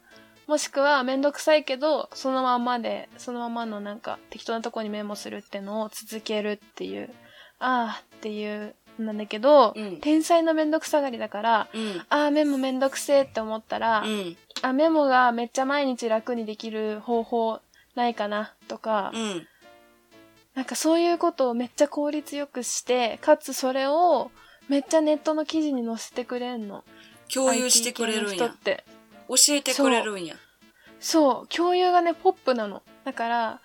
Speaker 2: もしくはめんどくさいけど、そのままで、そのままのなんか適当なとこにメモするってのを続けるっていう、ああっていう、なんだけど、
Speaker 1: うん
Speaker 2: 天才のめんどくさがりだから、
Speaker 1: うん。
Speaker 2: ああ、メモめんどくせえって思ったら、
Speaker 1: うん。
Speaker 2: あ、メモがめっちゃ毎日楽にできる方法ないかなとか、
Speaker 1: うん。
Speaker 2: なんかそういうことをめっちゃ効率よくして、かつそれをめっちゃネットの記事に載せてくれんの。
Speaker 1: 共有してくれるん
Speaker 2: IT 系の
Speaker 1: や
Speaker 2: 人っ。て。
Speaker 1: 教えてくれるんや。
Speaker 2: そう、共有がね、ポップなの。だから、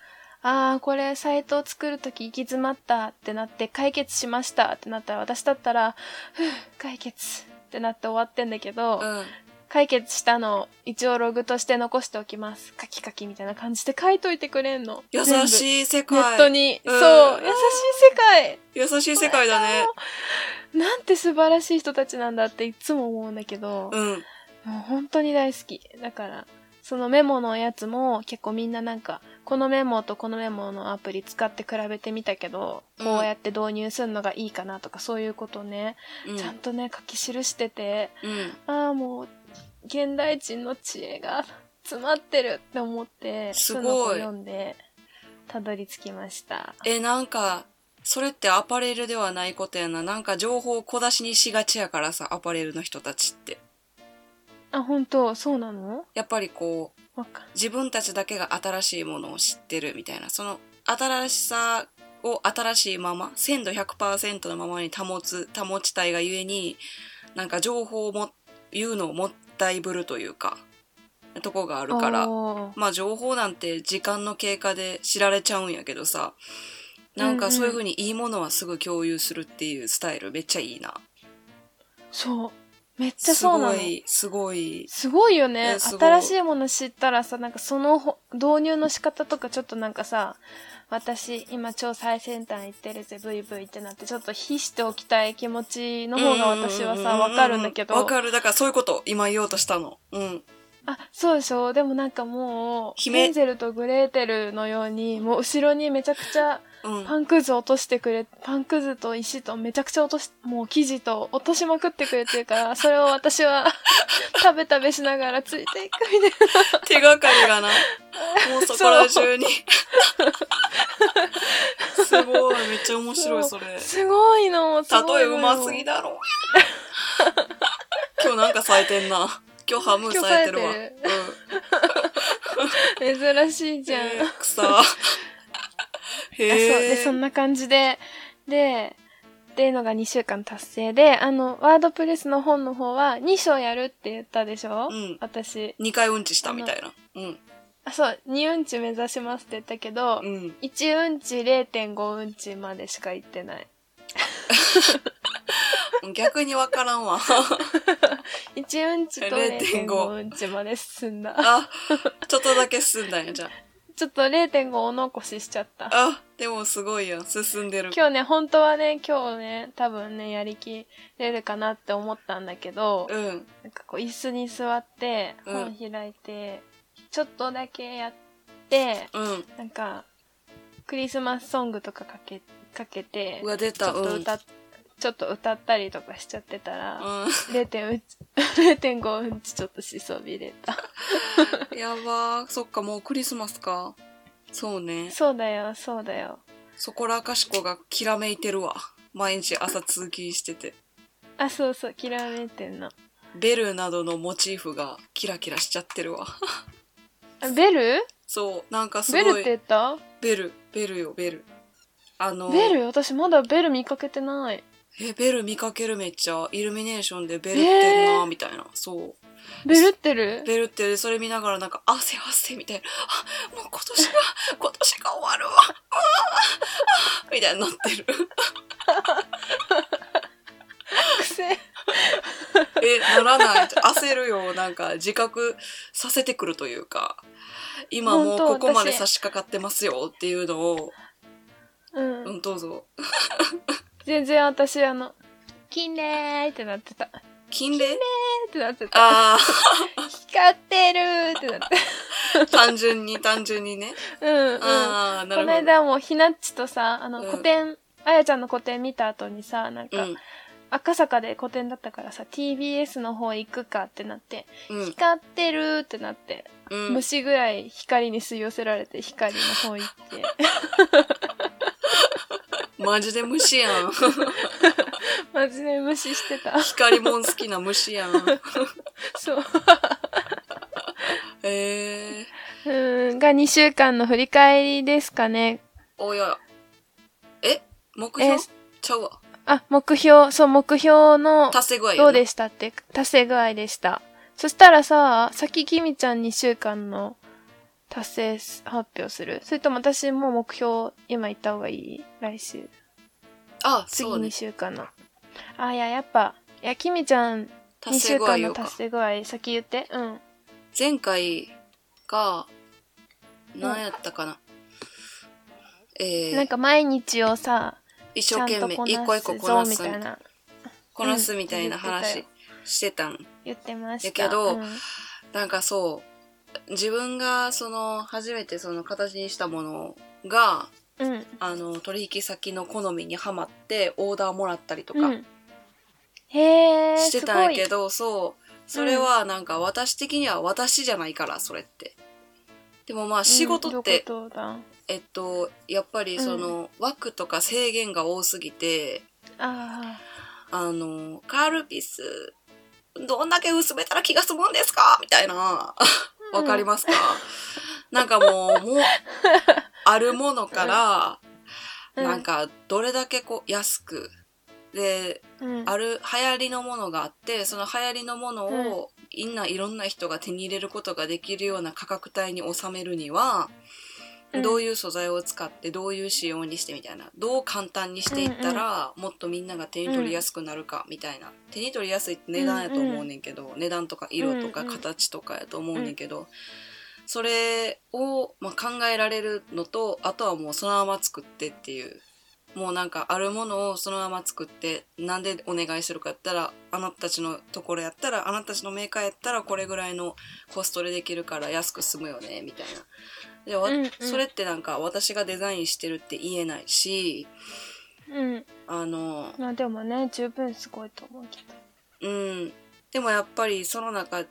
Speaker 2: あー、これサイトを作るとき行き詰まったってなって、解決しましたってなったら、私だったら、ふぅ、解決ってなって終わってんだけど、
Speaker 1: うん。
Speaker 2: 解決したのを一応ログとして残しておきます。カキカキみたいな感じで書いといてくれんの。
Speaker 1: 優
Speaker 2: 全部
Speaker 1: しい世
Speaker 2: ネ
Speaker 1: 界。
Speaker 2: ットに。
Speaker 1: う
Speaker 2: そ
Speaker 1: ん
Speaker 2: う、優しい世界。
Speaker 1: 優しい世界だね。
Speaker 2: なんて素晴らしい人たちなんだっていつも思うんだけど、
Speaker 1: うん。
Speaker 2: もう本当に大好き。だから、そのメモのやつも結構みんななんか、このメモとこのメモのアプリ使って比べてみたけど、
Speaker 1: うん
Speaker 2: こうやって導入するのがいいかなとかそういうことね、
Speaker 1: うん
Speaker 2: ちゃんとね、書き記してて、
Speaker 1: うん。
Speaker 2: ああ、もう、現代人の知恵が詰まってるって思って、
Speaker 1: すごい
Speaker 2: そううのを読んで、たどり着きました。
Speaker 1: え、なんか、それってアパレルではないことやな。なんか情報を小出しにしがちやからさ、アパレルの人たちって。
Speaker 2: あ、本当そうなの
Speaker 1: やっぱりこう、
Speaker 2: わかん
Speaker 1: 自分たちだけが新しいものを知ってるみたいな。その新しさを新しいまま、鮮度100%のままに保つ、保ちたいがゆえに、なんか情報をも、言うのをもったいぶるというか、とこがあるから。
Speaker 2: おー
Speaker 1: まあ情報なんて時間の経過で知られちゃうんやけどさ、なんかそういうふうにいいものはすぐ共有するっていうスタイルめっちゃいいな。
Speaker 2: そう。めっちゃ
Speaker 1: す
Speaker 2: そうな
Speaker 1: ご
Speaker 2: の。
Speaker 1: い、すごい。
Speaker 2: すごいよね
Speaker 1: え。すごい
Speaker 2: 新しいもの知ったらさ、なんかそのほ導入の仕方とかちょっとなんかさ、私今超最先端行ってるぜ、ブイブイってなって、ちょっと非しておきたい気持ちの方が私は
Speaker 1: うん
Speaker 2: さ、
Speaker 1: うんうんうん
Speaker 2: わかるんだけど。
Speaker 1: わかる。だからそういうこと、今言おうとしたの。 うん。
Speaker 2: あ、そうでしょでもなんかもう、
Speaker 1: 姫
Speaker 2: ヘンゼルとグレーテルのように、もう後ろにめちゃくちゃ
Speaker 1: うん。
Speaker 2: パンくず落としてくれ、パンくずと石とめちゃくちゃ落とし、もう生地と落としまくってくれて るから、それを私は 食べ食べしながらついていくみたいな。
Speaker 1: 手がかりがな。もうそこら中に。すごい、めっちゃ面白い、それ。
Speaker 2: すごいの。すごい
Speaker 1: 例え
Speaker 2: の
Speaker 1: うますぎだろ。今日なんか咲いてんな。今日ハム咲いてるわ。
Speaker 2: 今日冴え
Speaker 1: うん。
Speaker 2: 珍しいじゃん。
Speaker 1: え
Speaker 2: あ
Speaker 1: ー 草。へ
Speaker 2: そう。
Speaker 1: え。
Speaker 2: で、そんな感じで。で、っていうのが2週間達成で、あの、ワードプレスの本の方は2章やるって言ったでしょ、
Speaker 1: うん
Speaker 2: 私。
Speaker 1: 2回うんちしたみたいな。うん。
Speaker 2: あそう、2うんち目指しますって言ったけど、
Speaker 1: うん。
Speaker 2: 1うんち0.5うんちまでしか行ってない。
Speaker 1: 逆にわからんわ。
Speaker 2: 1うんちと
Speaker 1: 0.5
Speaker 2: 0.5うんちまで進んだ。
Speaker 1: あ、ちょっとだけ進んだんや、じゃ
Speaker 2: ちょっと0.5お残ししちゃった。
Speaker 1: あ。あ、でもすごいやん。進んでる。
Speaker 2: 今日ね、本当はね、今日ね、多分ね、やりきれるかなって思ったんだけど、
Speaker 1: うん。
Speaker 2: なんかこう、椅子に座って、
Speaker 1: う
Speaker 2: 本
Speaker 1: ん
Speaker 2: 開いて、ちょっとだけやって、
Speaker 1: うん。
Speaker 2: なんか、クリスマスソングとかかけ、かけて
Speaker 1: う、わ、出
Speaker 2: ちょ
Speaker 1: た。
Speaker 2: っと
Speaker 1: うん。うん。
Speaker 2: 歌っ、ちょっと歌ったりとかしちゃってたら、0.5 0.5うんちちょっとしそびれた。
Speaker 1: やばー。そっか、もうクリスマスか。そうね。
Speaker 2: そうだよ、そうだよ。
Speaker 1: そこらかしこがきらめいてるわ。毎日朝通勤してて。
Speaker 2: あ、そうそう、きらめいてんの。
Speaker 1: ベルなどのモチーフがキラキラしちゃってるわ。
Speaker 2: あベル
Speaker 1: そう、なんかすご
Speaker 2: ベ
Speaker 1: い。
Speaker 2: ルって言った
Speaker 1: ベル、ベルよ、ベル。あの、
Speaker 2: ベル私まだベル見かけてない。
Speaker 1: え、ベル見かけるめっちゃ、イルミネーションでベルってるな
Speaker 2: えー
Speaker 1: みたいな。そう。
Speaker 2: ベルってる
Speaker 1: ベルって、それ見ながらなんか、汗汗みたいな。あ、もう今年 が、今年が終わるわ。あーあーみたいになってる。
Speaker 2: 癖。
Speaker 1: え、ならない。焦るよ。なんか、自覚させてくるというか、今もう
Speaker 2: 本当
Speaker 1: ここまで
Speaker 2: 私
Speaker 1: 差し掛かってますよっていうのを、
Speaker 2: うん。
Speaker 1: うん、どうぞ。
Speaker 2: 全然私あの、きれいってなってた。え
Speaker 1: 金礼
Speaker 2: ーってなってた。
Speaker 1: あ
Speaker 2: 光ってるーって なって。
Speaker 1: あ、単純に、単純にね。
Speaker 2: うんうん。
Speaker 1: ああ、な
Speaker 2: こ
Speaker 1: る
Speaker 2: の
Speaker 1: ほど。
Speaker 2: 間もひなっちとさ、あの、
Speaker 1: うん
Speaker 2: 古典、あやちゃんの古典見た後にさ、なんか、
Speaker 1: うん
Speaker 2: 赤坂で古典だったからさ、TBS の方行くかってなって、
Speaker 1: うん
Speaker 2: 光ってるーってなって、
Speaker 1: うん、
Speaker 2: 虫ぐらい光に吸い寄せられて光の方行って、
Speaker 1: マジで虫や ん。
Speaker 2: マジで無視してた。
Speaker 1: 光もん好きな虫やん。
Speaker 2: そう。
Speaker 1: ええ
Speaker 2: うーん、が2週間の振り返りですかね。
Speaker 1: おや。え目標
Speaker 2: え
Speaker 1: ちゃうわ。
Speaker 2: あ、目標、そう、目標の、
Speaker 1: 達成具合やな
Speaker 2: どうでしたって、達成具合でした。そしたらさ、さっききみちゃん2週間の達成す発表するそれとも私もう目標、今言った方がいい来週。
Speaker 1: あ、
Speaker 2: 次
Speaker 1: そう
Speaker 2: 2
Speaker 1: ね。
Speaker 2: 週間の。あ、いや、やっぱ、いや、きみちゃん2
Speaker 1: 達成
Speaker 2: 週
Speaker 1: 具合
Speaker 2: 間の
Speaker 1: よか
Speaker 2: 達。成具合、先言って。うん。
Speaker 1: 前回が、何やったかな。ええ
Speaker 2: なんか毎日をさ、
Speaker 1: 一
Speaker 2: ち
Speaker 1: 生
Speaker 2: ゃん
Speaker 1: 懸
Speaker 2: と
Speaker 1: 命
Speaker 2: こ
Speaker 1: 一個
Speaker 2: な
Speaker 1: 一個
Speaker 2: す
Speaker 1: こ
Speaker 2: ぞ
Speaker 1: な
Speaker 2: み
Speaker 1: す、
Speaker 2: たいな、
Speaker 1: こなすみたいな
Speaker 2: うん言
Speaker 1: 話してたん。
Speaker 2: 言ってました。
Speaker 1: やけど
Speaker 2: うん
Speaker 1: なんかそう、自分がその、初めてその形にしたものが、
Speaker 2: うん。
Speaker 1: あの、取引先の好みにはまって、オーダーもらったりとか、
Speaker 2: うん、へー、
Speaker 1: して
Speaker 2: す
Speaker 1: たん
Speaker 2: ご
Speaker 1: や
Speaker 2: い
Speaker 1: けど、そう。それはなんか私的には私じゃないから、それって。でもまあ仕事って、
Speaker 2: うんどういうことだ
Speaker 1: えっと、やっぱりその、枠とか制限が多すぎて、
Speaker 2: あ
Speaker 1: あの、カルピス、どんだけ薄めたら気が済むんですかみたいな。
Speaker 2: うん
Speaker 1: わかりますか、なんかも う、もう、あるものから、
Speaker 2: あ。
Speaker 1: なんかどれだけこう安く、で、
Speaker 2: うん、
Speaker 1: ある流行りのものがあってその流行りのものをみんないろんな人が手に入れることができるような価格帯に収めるには、
Speaker 2: うん
Speaker 1: どういう素材を使ってどういう仕様にしてみたいなどう簡単にしていったら、もっとみんなが手に取りやすくなるかみたいな、手に取りやすいって値段やと思うねんけど、値段とか色と
Speaker 2: う
Speaker 1: か
Speaker 2: んうん
Speaker 1: 形とかやと思うねんけど、それを、まあ、考えられるのとあとはもうそのまま作ってっていうもうなんかあるものをそのまま作ってなんでお願いするかやったらあなたたちのところやったらあなたたちのメーカーやったらこれぐらいのコストでできるから安く済むよねみたいな。で、わ
Speaker 2: うんうん
Speaker 1: それってなんか私がデザインしてるって言えないし
Speaker 2: うん。
Speaker 1: あの
Speaker 2: まあでもね、十分すごいと思うけ
Speaker 1: う
Speaker 2: ど。
Speaker 1: ん、でもやっぱりその中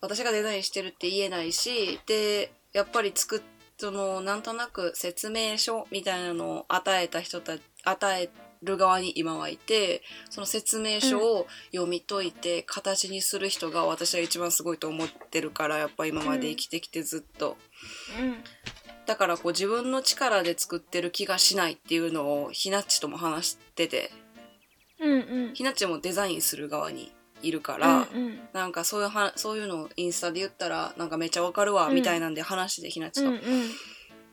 Speaker 1: 私がデザインしてるって言えないしでやっぱり作っそのなんとなく説明書みたいなのを与えた人た与える側に今はいてその説明書を読み解いて形にする人が私は一番すごいと思ってるからやっぱ今まで生きてきてずっと。
Speaker 2: うん。
Speaker 1: だからこう自分の力で作ってる気がしないっていうのをひなっちとも話してて
Speaker 2: うんうん。
Speaker 1: ひなっちもデザインする側にいるから、
Speaker 2: うんうん
Speaker 1: なんかそういうはそういうのをインスタで言ったらなんかめっちゃわかるわ
Speaker 2: うん
Speaker 1: みたいなんで話できなっちゃった、
Speaker 2: うんうん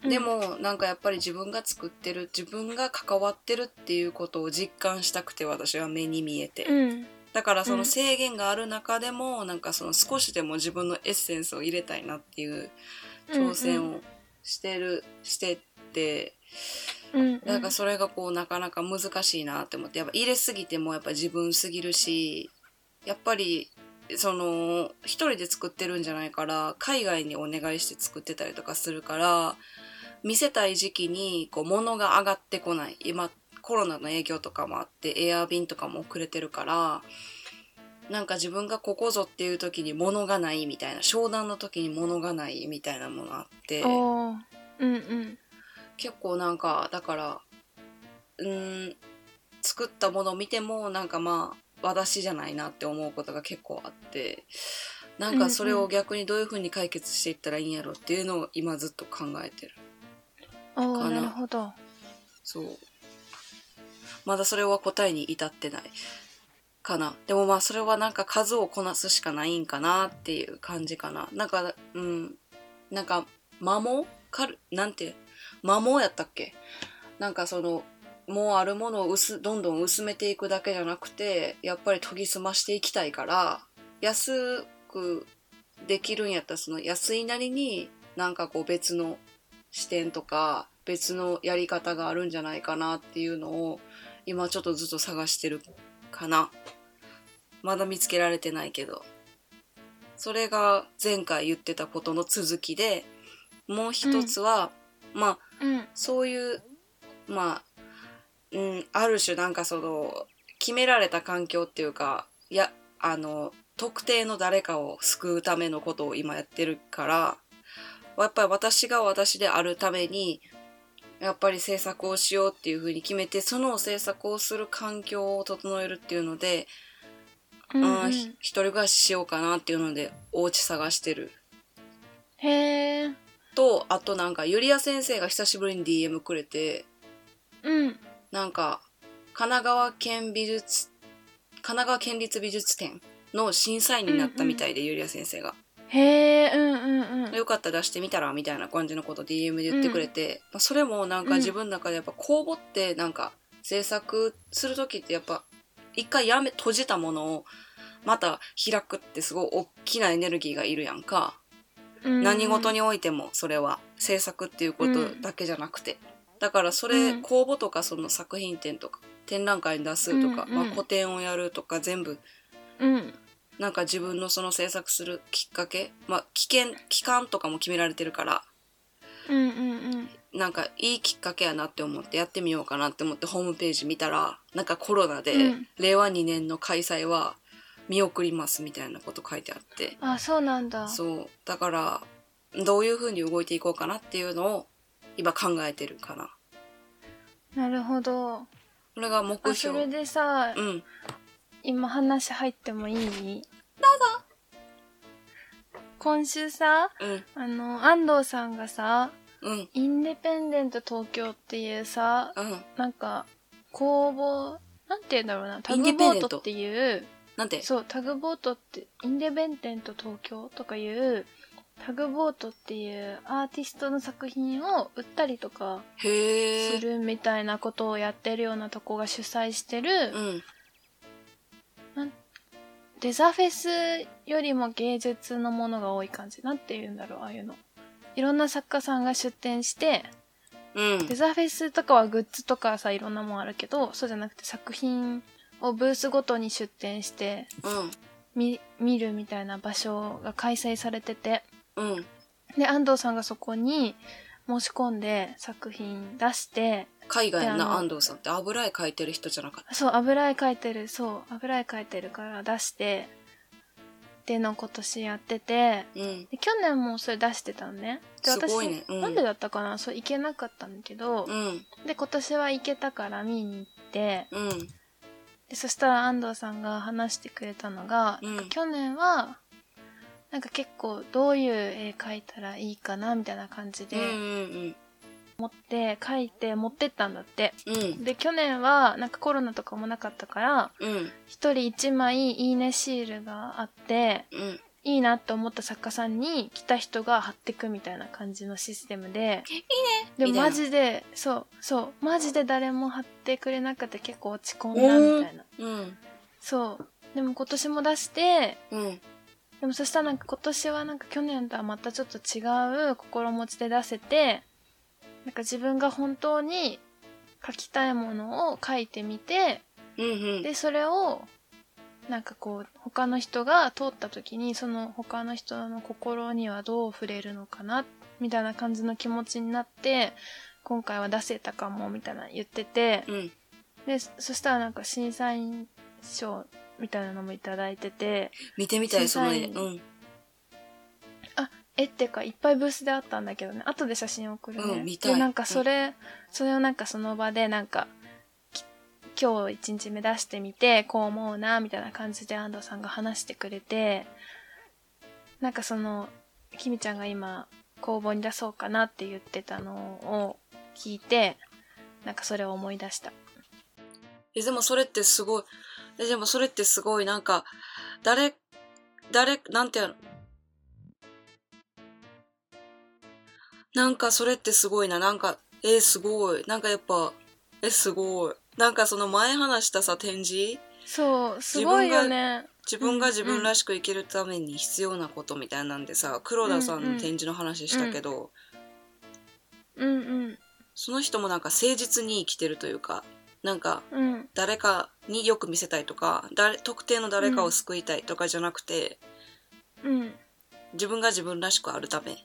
Speaker 1: でもなんかやっぱり自分が作ってる自分が関わってるっていうことを実感したくて私は目に見えて、
Speaker 2: うん
Speaker 1: だからそうの
Speaker 2: ん
Speaker 1: 制限がある中でも、なんかその少しでも自分のエッセンスを入れたいなっていう挑戦をしてる、してって
Speaker 2: うんうん
Speaker 1: なんかそれがこうなかなか難しいなって思ってやっぱ入れすぎてもやっぱ自分すぎるしやっぱりその一人で作ってるんじゃないから海外にお願いして作ってたりとかするから見せたい時期にこう物が上がってこない今コロナの影響とかもあってエア便とかも遅れてるからなんか自分がここぞっていう時に物がないみたいな商談の時に物がないみたいなものあって。
Speaker 2: おーうんうん
Speaker 1: 結構なんかだからうーん作ったものを見てもなんかまあ私じゃないなって思うことが結構あってなんかそれを逆にどういうふうに解決していったらいいんやろっていうのを今ずっと考えてるか
Speaker 2: おー
Speaker 1: な
Speaker 2: なるほど
Speaker 1: そうまだそれは答えに至ってないかなでもまあそれはなんか数をこなすしかないんかなっていう感じかななんかうんなんか摩耗かるなんて摩耗やったっけなんかそのもうあるものを薄どんどん薄めていくだけじゃなくてやっぱり研ぎ澄ましていきたいから安くできるんやったらその安いなりになんかこう別の視点とか別のやり方があるんじゃないかなっていうのを今ちょっとずっと探してるかなまだ見つけられてないけどそれが前回言ってたことの続きでもう一つは、まあ
Speaker 2: うん
Speaker 1: そういうまあ、うん、ある種なんかその決められた環境っていうかいやあの特定の誰かを救うためのことを今やってるからやっぱり私が私であるためにやっぱり制作をしようっていうふうに決めてその制作をする環境を整えるっていうので、
Speaker 2: う
Speaker 1: うんん
Speaker 2: うん
Speaker 1: ひ一人暮らししようかなっていうのでお家探してる
Speaker 2: へえ
Speaker 1: とあとなんかゆりあ先生が久しぶりに DM くれて
Speaker 2: うん
Speaker 1: なんか、神奈川県美術、神奈川県立美術展の審査員になったみたいで、ゆりあ先生が。
Speaker 2: へえうんうんうん
Speaker 1: よかったら出してみたらみたいな感じのことを DM で言ってくれて、まあ、それもなんか自分の中でやっぱ公募ってなんか制作する時ってやっぱ一回やめ、閉じたものをまた開くってすごい大きなエネルギーがいるやんか。
Speaker 2: うん
Speaker 1: 何事においてもそれは制作っていうことだけじゃなくて、だからそれ、
Speaker 2: うん
Speaker 1: 公募とかその作品展とか展覧会に出すとか、
Speaker 2: うんうん
Speaker 1: まあ、個展をやるとか全部
Speaker 2: うん
Speaker 1: なんか自分のその制作するきっかけ、まあ、期限期間とかも決められてるから
Speaker 2: うんうんうん
Speaker 1: なんかいいきっかけやなって思ってやってみようかなって思ってホームページ見たらなんかコロナで、
Speaker 2: うん
Speaker 1: 令和2年の開催は見送りますみたいなこと書いてあって
Speaker 2: あそうなんだ
Speaker 1: そうだからどういう風に動いていこうかなっていうのを今考えてるかな
Speaker 2: なるほど
Speaker 1: これが目
Speaker 2: あそ
Speaker 1: 標
Speaker 2: れでさ
Speaker 1: うん
Speaker 2: 今話入ってもいいどうぞ今週さ
Speaker 1: うん
Speaker 2: あの安藤さんがさ
Speaker 1: うん
Speaker 2: インデペンデント東京っていうさ
Speaker 1: うん
Speaker 2: なんか公募なんて言うんだろうなタ
Speaker 1: インデ
Speaker 2: グ
Speaker 1: ィペ
Speaker 2: ボ
Speaker 1: ンデン
Speaker 2: ー
Speaker 1: ト
Speaker 2: トっていう
Speaker 1: なんて
Speaker 2: そうタグボートってインデペンデント東京とかいうタグボートっていうアーティストの作品を売ったりとか
Speaker 1: へ
Speaker 2: す
Speaker 1: え
Speaker 2: るみたいなことをやってるようなとこが主催してる、
Speaker 1: うん
Speaker 2: デザフェスよりも芸術のものが多い感じ。なんて言うんだろう、ああいうの。いろんな作家さんが出展して、
Speaker 1: うん
Speaker 2: デザフェスとかはグッズとかさ、いろんなもんあるけど、そうじゃなくて作品をブースごとに出展して、
Speaker 1: うん
Speaker 2: み、見るみたいな場所が開催されてて、
Speaker 1: うん
Speaker 2: で、安藤さんがそこに申し込んで作品出して、
Speaker 1: 海外
Speaker 2: であ
Speaker 1: な
Speaker 2: の
Speaker 1: 安藤さんって油絵描いてる人じゃなかった
Speaker 2: そう、油絵描いてる、そう、油絵描いてるから出して、での今年やってて、
Speaker 1: うん
Speaker 2: で去年もそれ出してたのね。で、
Speaker 1: すごいねうん
Speaker 2: なんでだったかなそう、行けなかったんだけど、
Speaker 1: うん
Speaker 2: で、今年は行けたから見に行って、
Speaker 1: うん
Speaker 2: で、そしたら安藤さんが話してくれたのが、
Speaker 1: うん
Speaker 2: なんか去年は、なんか結構どういう絵描いたらいいかなみたいな感じで、
Speaker 1: うんうん
Speaker 2: 持って書いて持ってったんだって
Speaker 1: うん。
Speaker 2: で去年はなんかコロナとかもなかったから
Speaker 1: うん。
Speaker 2: 一人一枚いいねシールがあって
Speaker 1: うん。
Speaker 2: いいなと思った作家さんに来た人が貼ってくみたいな感じのシステムで
Speaker 1: いいね
Speaker 2: で
Speaker 1: み
Speaker 2: も
Speaker 1: たいな
Speaker 2: マジでそうそうマジで誰も貼ってくれなくて結構落ち込んだみたいな
Speaker 1: うん。
Speaker 2: そうでも今年も出して
Speaker 1: うん。
Speaker 2: でもそしたらなんか今年はなんか去年とはまたちょっと違う心持ちで出せてなんか自分が本当に書きたいものを書いてみて
Speaker 1: うん。
Speaker 2: でそれをなんかこう他の人が通った時にその他の人の心にはどう触れるのかなみたいな感じの気持ちになって今回は出せたかもみたいな言ってて
Speaker 1: うん。
Speaker 2: でそそしたらなんか審査員賞みたいなのもいただいてて
Speaker 1: 見てみたい、その絵。
Speaker 2: 小さ
Speaker 1: う
Speaker 2: い
Speaker 1: ん。
Speaker 2: えっていうかいっぱいブースであったんだけどね後で写真送るね、
Speaker 1: うん見たい
Speaker 2: でなんかそれ、それをなんかその場でなんかき今日一日目出してみてこう思うなみたいな感じで安藤さんが話してくれてなんかそのきみちゃんが今工房に出そうかなって言ってたのを聞いてなんかそれを思い出した
Speaker 1: え、でもそれってすごい、え、でもそれってすごい、なんか、誰、誰、なんてやのなんかそれってすごいな、なんか、え、すごい。なんかやっぱ、え、すごい。なんかその前話したさ、展示
Speaker 2: そうすごいよね
Speaker 1: 自分が自分らしく生きるために必要なことみたいなんでさ、黒田さんの展示の話したけど、
Speaker 2: うんうん
Speaker 1: その人もなんか誠実に生きてるというか、なんか
Speaker 2: うん
Speaker 1: 誰かによく見せたいとか、誰特定の誰かを救いたいとかじゃなくて、
Speaker 2: うん
Speaker 1: 自分が自分らしくあるため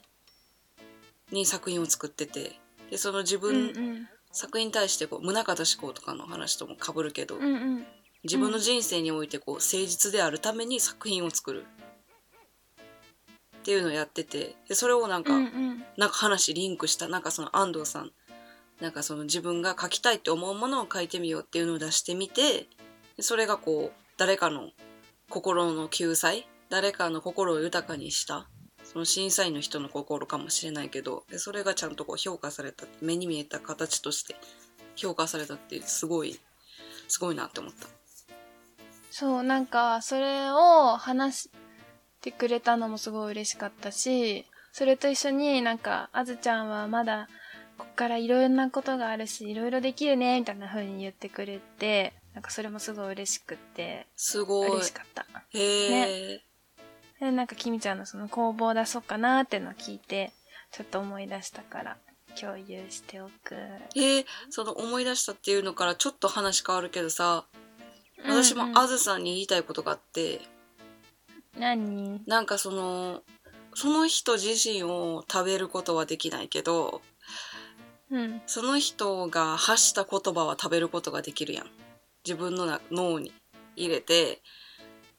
Speaker 1: に作品を作ってて、で、その自
Speaker 2: う
Speaker 1: 分、
Speaker 2: んうん
Speaker 1: 作品に対してこう、宗像志向とかの話とも被るけど、
Speaker 2: うんうん
Speaker 1: 自分の人生においてこう、誠実であるために作品を作る。っていうのをやってて、で、それをなんか、
Speaker 2: うんうん
Speaker 1: なんか話リンクした、なんかその安藤さん、なんかその自分が書きたいって思うものを書いてみようっていうのを出してみて、それがこう、誰かの心の救済、誰かの心を豊かにした、その審査員の人の心かもしれないけど、でそれがちゃんとこう評価された、目に見えた形として評価されたってすごい、すごいなって思った。
Speaker 2: そう、なんか、それを話してくれたのもすごい嬉しかったし、それと一緒になんか、あずちゃんはまだ、こっからいろんなことがあるし、いろいろできるね、みたいな風に言ってくれて、なんかそれもすごい嬉しくって、
Speaker 1: すごい。
Speaker 2: 嬉しかった。
Speaker 1: へえ、
Speaker 2: で、なんか、きみちゃんのその工房出そうかなってのを聞いて、ちょっと思い出したから、共有しておく。
Speaker 1: へえ、その思い出したっていうのからちょっと話変わるけどさ、私も
Speaker 2: うんうん
Speaker 1: あずさんに言いたいことがあって、
Speaker 2: 何
Speaker 1: なんかその、その人自身を食べることはできないけど、
Speaker 2: うん。
Speaker 1: その人が発した言葉は食べることができるやん。自分のな脳に入れて、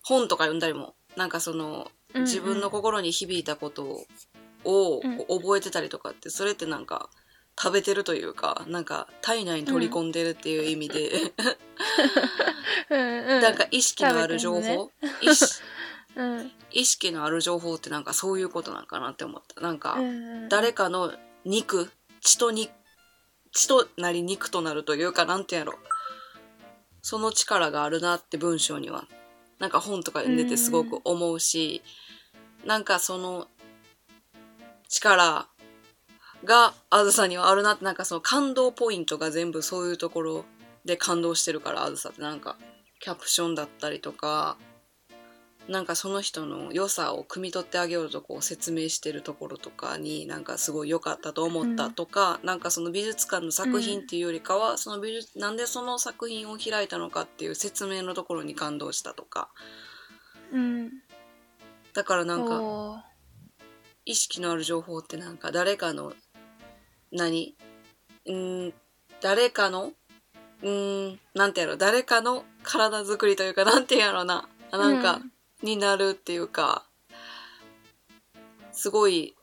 Speaker 1: 本とか読んだりも、なんかその、
Speaker 2: うんうん
Speaker 1: 自分の心に響いたことを
Speaker 2: うん
Speaker 1: こう覚えてたりとかって、それってなんか、食べてるというか、なんか体内に取り込んでるっていう意味で、
Speaker 2: うんうん。
Speaker 1: なんか、意識のある情
Speaker 2: 食べてる
Speaker 1: 報、意識
Speaker 2: うん。うん
Speaker 1: 意識のある情報ってなんかそういうことなんかなって思った。なんか、
Speaker 2: うん。
Speaker 1: 誰かの肉血とに血となり肉となるというかなんてやろその力があるなって文章にはなんか本とか読んでてすごく思うし、なんかその力があずさにはあるなってなんかその感動ポイントが全部そういうところで感動してるからあずさってなんかキャプションだったりとかなんかその人の良さを汲み取ってあげようとこう説明してるところとかになんかすごい良かったと思ったとか、なんかその美術館の作品っていうよりかは、その美術なんでその作品を開いたのかっていう説明のところに感動したとか
Speaker 2: うん。
Speaker 1: だからなんか
Speaker 2: おー
Speaker 1: 意識のある情報ってなんか誰かの何うーん誰かのうーんなんてやろ誰かの体づくりというかなんてやろななんか、
Speaker 2: うん
Speaker 1: になるっていうかすごい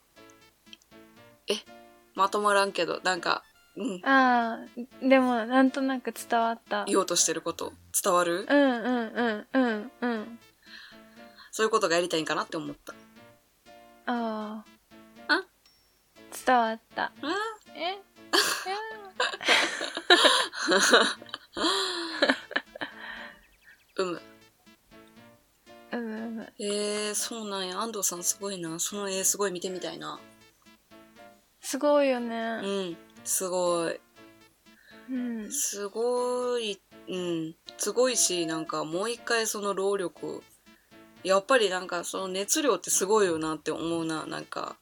Speaker 1: えまとまらんけどなんか、うん、
Speaker 2: ああ、でも、なんとなく伝わった。
Speaker 1: 言おうとしてること伝わる
Speaker 2: うんうんうんうんうん。
Speaker 1: そういうことがやりたいんかなって思った。
Speaker 2: ああ。
Speaker 1: あ
Speaker 2: 伝わった。
Speaker 1: あ
Speaker 2: え
Speaker 1: うむ。
Speaker 2: うんうんうん
Speaker 1: えー、そうなんや。安藤さんすごいな。その絵すごい見てみたいな。
Speaker 2: すごいよ
Speaker 1: う
Speaker 2: ね。
Speaker 1: ん。すごい。
Speaker 2: うん。
Speaker 1: すごい、うん。すごいし、なんかもう一回その労力を。やっぱりなんかその熱量ってすごいよなって思うな。なんか、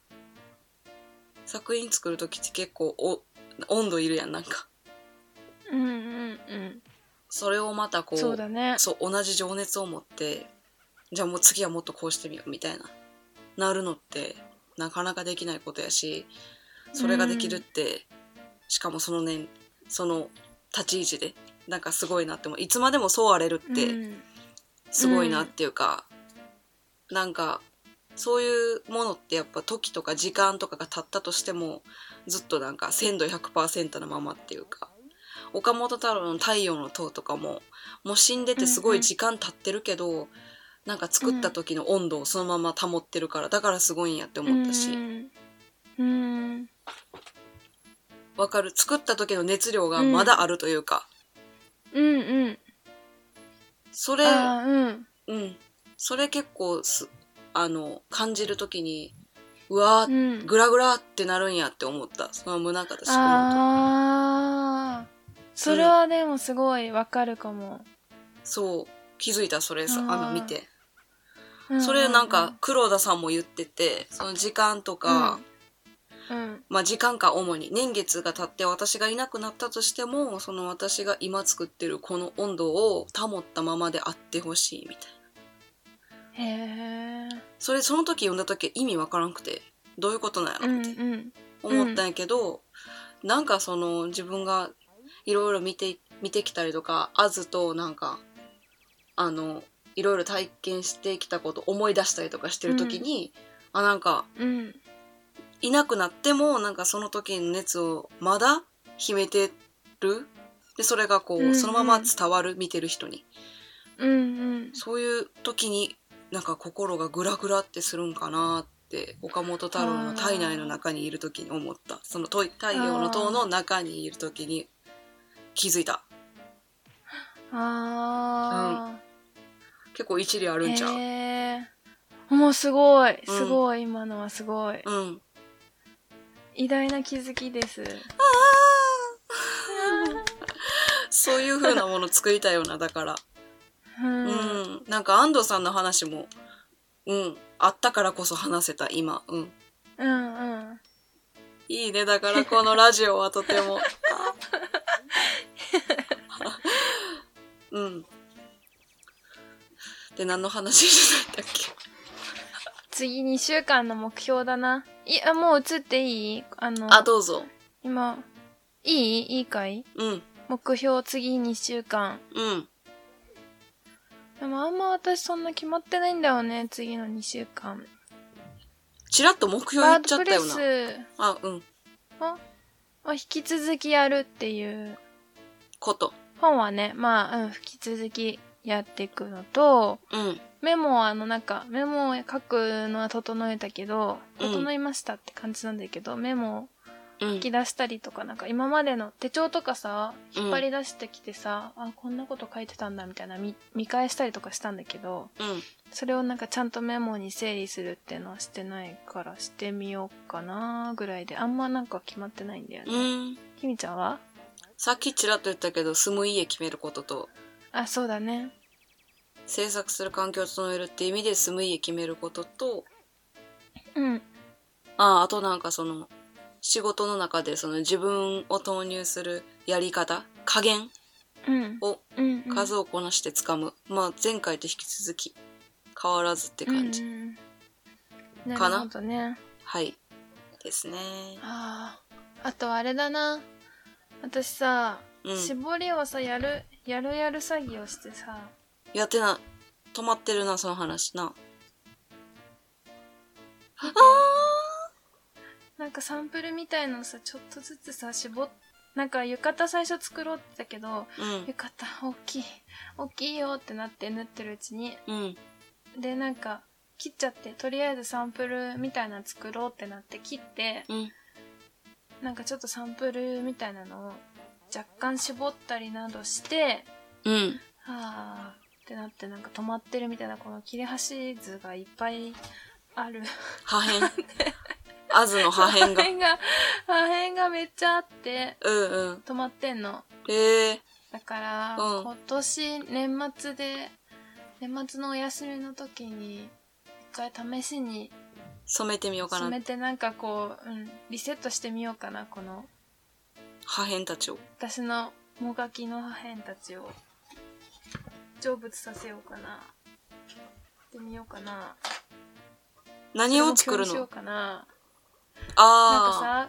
Speaker 1: 作品作るときって結構お、温度いるやん。なんか、
Speaker 2: うんうんうん。
Speaker 1: それをまたこう、
Speaker 2: そうだね。
Speaker 1: そう同じ情熱を持ってじゃあもう次はもっとこうしてみようみたいななるのってなかなかできないことやしそれができるって、しかもそのねその立ち位置でなんかすごいなって思ういつまでもそうあれるっ
Speaker 2: う
Speaker 1: て
Speaker 2: ん
Speaker 1: すごいなっていうか、なんかそういうものってやっぱ時とか時間とかが経ったとしてもずっとなんか鮮度100%のままっていうか岡本太郎の「太陽の塔」とかももう死んでてすごい時間経ってるけど、なんか作った時の温度をそのまま保ってるからだからすごいんやって思ったしわ、
Speaker 2: うん。うん。
Speaker 1: かる作った時の熱量がまだあるというか、
Speaker 2: うんうん。
Speaker 1: それ
Speaker 2: あーうん。
Speaker 1: うんそれ結構すあの感じる時にうわーって
Speaker 2: うん。
Speaker 1: グラグラってなるんやって思った。その胸方しか
Speaker 2: ああ。それはでもすごいわかるかも。
Speaker 1: そう。気づいた、それさ
Speaker 2: あ、ー
Speaker 1: あの、見て。
Speaker 2: う
Speaker 1: それなんか、、黒田さんも言ってて、その時間とか、
Speaker 2: うん。
Speaker 1: まあ時間か主に、年月が経って私がいなくなったとしても、その私が今作ってるこの温度を保ったままであってほしいみたいな。
Speaker 2: へえ。
Speaker 1: それ、その時読んだ時意味わからんくて、どういうことなんやろ
Speaker 2: う
Speaker 1: みたい
Speaker 2: ん
Speaker 1: な。
Speaker 2: うん。
Speaker 1: 思ったんやけど、なんかその自分がいろいろ見て見てきたりとかアズとなんかあのいろいろ体験してきたこと思い出したりとかしてる時に、あなんか
Speaker 2: うん。
Speaker 1: いなくなってもなんかその時の熱をまだ秘めてるでそれがこう、
Speaker 2: うんうん
Speaker 1: そのまま伝わる見てる人に
Speaker 2: うんうん。
Speaker 1: そういう時になんか心がグラグラってするんかなって岡本太郎の体内の中にいる時に思ったそのと太陽の塔の中にいる時に気づいた
Speaker 2: あ
Speaker 1: 結構一理あ
Speaker 2: あ。
Speaker 1: るんちゃう、
Speaker 2: へえ。もうすごい。
Speaker 1: うん
Speaker 2: すごい。今のはすごい。
Speaker 1: うん
Speaker 2: 偉大な気づきです。
Speaker 1: そういう風なもの作りたいよなだから う
Speaker 2: う。
Speaker 1: んんなんか安藤さんの話もうんあったからこそ話せた今うん
Speaker 2: うんうん。
Speaker 1: いいねだからこのラジオはとても あうんで何の話してたんだっけ
Speaker 2: 次2週間の目標だな。いあもう映っていいあの、
Speaker 1: あどうぞ
Speaker 2: 今、いいいいかい
Speaker 1: うん
Speaker 2: 目標次2週間。
Speaker 1: うん
Speaker 2: でもあんま私そんな決まってないんだよね、次の2週間。
Speaker 1: ちらっと目標言
Speaker 2: ワ
Speaker 1: っ
Speaker 2: ー
Speaker 1: ちゃ
Speaker 2: ド
Speaker 1: っ
Speaker 2: プ
Speaker 1: た
Speaker 2: レ
Speaker 1: よな
Speaker 2: ス
Speaker 1: あうん
Speaker 2: を引き続きやるっていう
Speaker 1: こと
Speaker 2: 本はね、まあ、うん、引き続きやっていくのと、
Speaker 1: うん
Speaker 2: メモはあのなんか、メモを書くのは整えたけど、
Speaker 1: うん
Speaker 2: 整いましたって感じなんだけど、メモを
Speaker 1: う
Speaker 2: 引き
Speaker 1: ん
Speaker 2: 出したりとか、なんか今までの手帳とかさ、
Speaker 1: うん
Speaker 2: 引っ張り出してきてさ、あ、こんなこと書いてたんだみたいな見見返したりとかしたんだけど、
Speaker 1: うん
Speaker 2: それをなんかちゃんとメモに整理するってのはしてないからしてみようかなぐらいで、あんまなんか決まってないんだよね。
Speaker 1: うん
Speaker 2: ひみちゃんは
Speaker 1: さっきちらっと言ったけど住む家決めることと
Speaker 2: あ、そうだね。
Speaker 1: 制作する環境を整えるって意味で住む家決めることと
Speaker 2: うん。
Speaker 1: ああとなんかその仕事の中でその自分を投入するやり方加減
Speaker 2: うん。
Speaker 1: を
Speaker 2: うん、うん。
Speaker 1: 数をこなしてつかむ、まあ前回と引き続き変わらずって感じ、
Speaker 2: うんうんうん
Speaker 1: かな
Speaker 2: なるほどね。
Speaker 1: はいですね
Speaker 2: ああ。あとあれだな。私さ、
Speaker 1: うん
Speaker 2: 絞りをさ、やる、やるやる詐欺をしてさ、
Speaker 1: やってな止まってるなその話な
Speaker 2: なんかサンプルみたいのをさ、ちょっとずつさ、絞っ、なんか浴衣最初作ろうって言ったけど、
Speaker 1: うん
Speaker 2: 浴衣大きい、大きいよってなって縫ってるうちに、
Speaker 1: うん
Speaker 2: で、なんか、切っちゃって、とりあえずサンプルみたいなの作ろうってなって切って、
Speaker 1: うん
Speaker 2: なんかちょっとサンプルみたいなのを若干絞ったりなどして、
Speaker 1: うん。
Speaker 2: はあってなってなんか止まってるみたいなこの切れ端図がいっぱいある。
Speaker 1: 破片。 アズの破片が。
Speaker 2: 破片が、破片がめっちゃあって
Speaker 1: うんうん。
Speaker 2: 止まってんの。
Speaker 1: ええ
Speaker 2: だから、
Speaker 1: うん
Speaker 2: 今年年末で、年末のお休みの時に、一回試しに
Speaker 1: 染めてみようか
Speaker 2: 染
Speaker 1: な
Speaker 2: め。てなんかこう、うん、リセットしてみようかな、この、
Speaker 1: 破片たちを。
Speaker 2: 私のもがきの破片たちを、成仏させようかな。やってみようかな。
Speaker 1: 何を作る
Speaker 2: それも共有しよう
Speaker 1: の
Speaker 2: かな。なんか
Speaker 1: あ
Speaker 2: さ、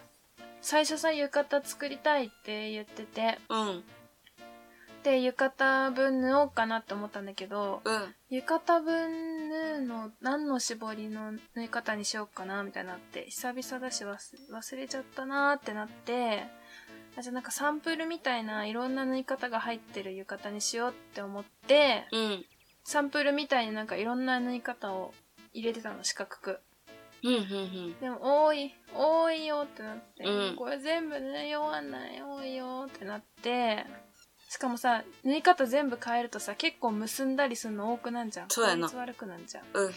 Speaker 2: 最初さ、浴衣作りたいって言ってて、
Speaker 1: あ。うん。
Speaker 2: で、浴衣分縫おうかなって思ったんだけど、
Speaker 1: うん。
Speaker 2: 浴衣分縫うの何の絞りの縫い方にしようかなみたいになって久々だし忘忘れちゃったなーってなってあじゃあなんかサンプルみたいないろんな縫い方が入ってる浴衣にしようって思って
Speaker 1: うん。
Speaker 2: サンプルみたいになんかいろんな縫い方を入れてたの四角く
Speaker 1: うん、うん、
Speaker 2: でも多い多いよってなって、
Speaker 1: うん
Speaker 2: これ全部縫い終わんない多いよってなってしかもさ縫い方全部変えるとさ結構結んだりするの多くなんじゃん
Speaker 1: そうやな
Speaker 2: 効率悪くなんじゃん
Speaker 1: うん。うん。
Speaker 2: で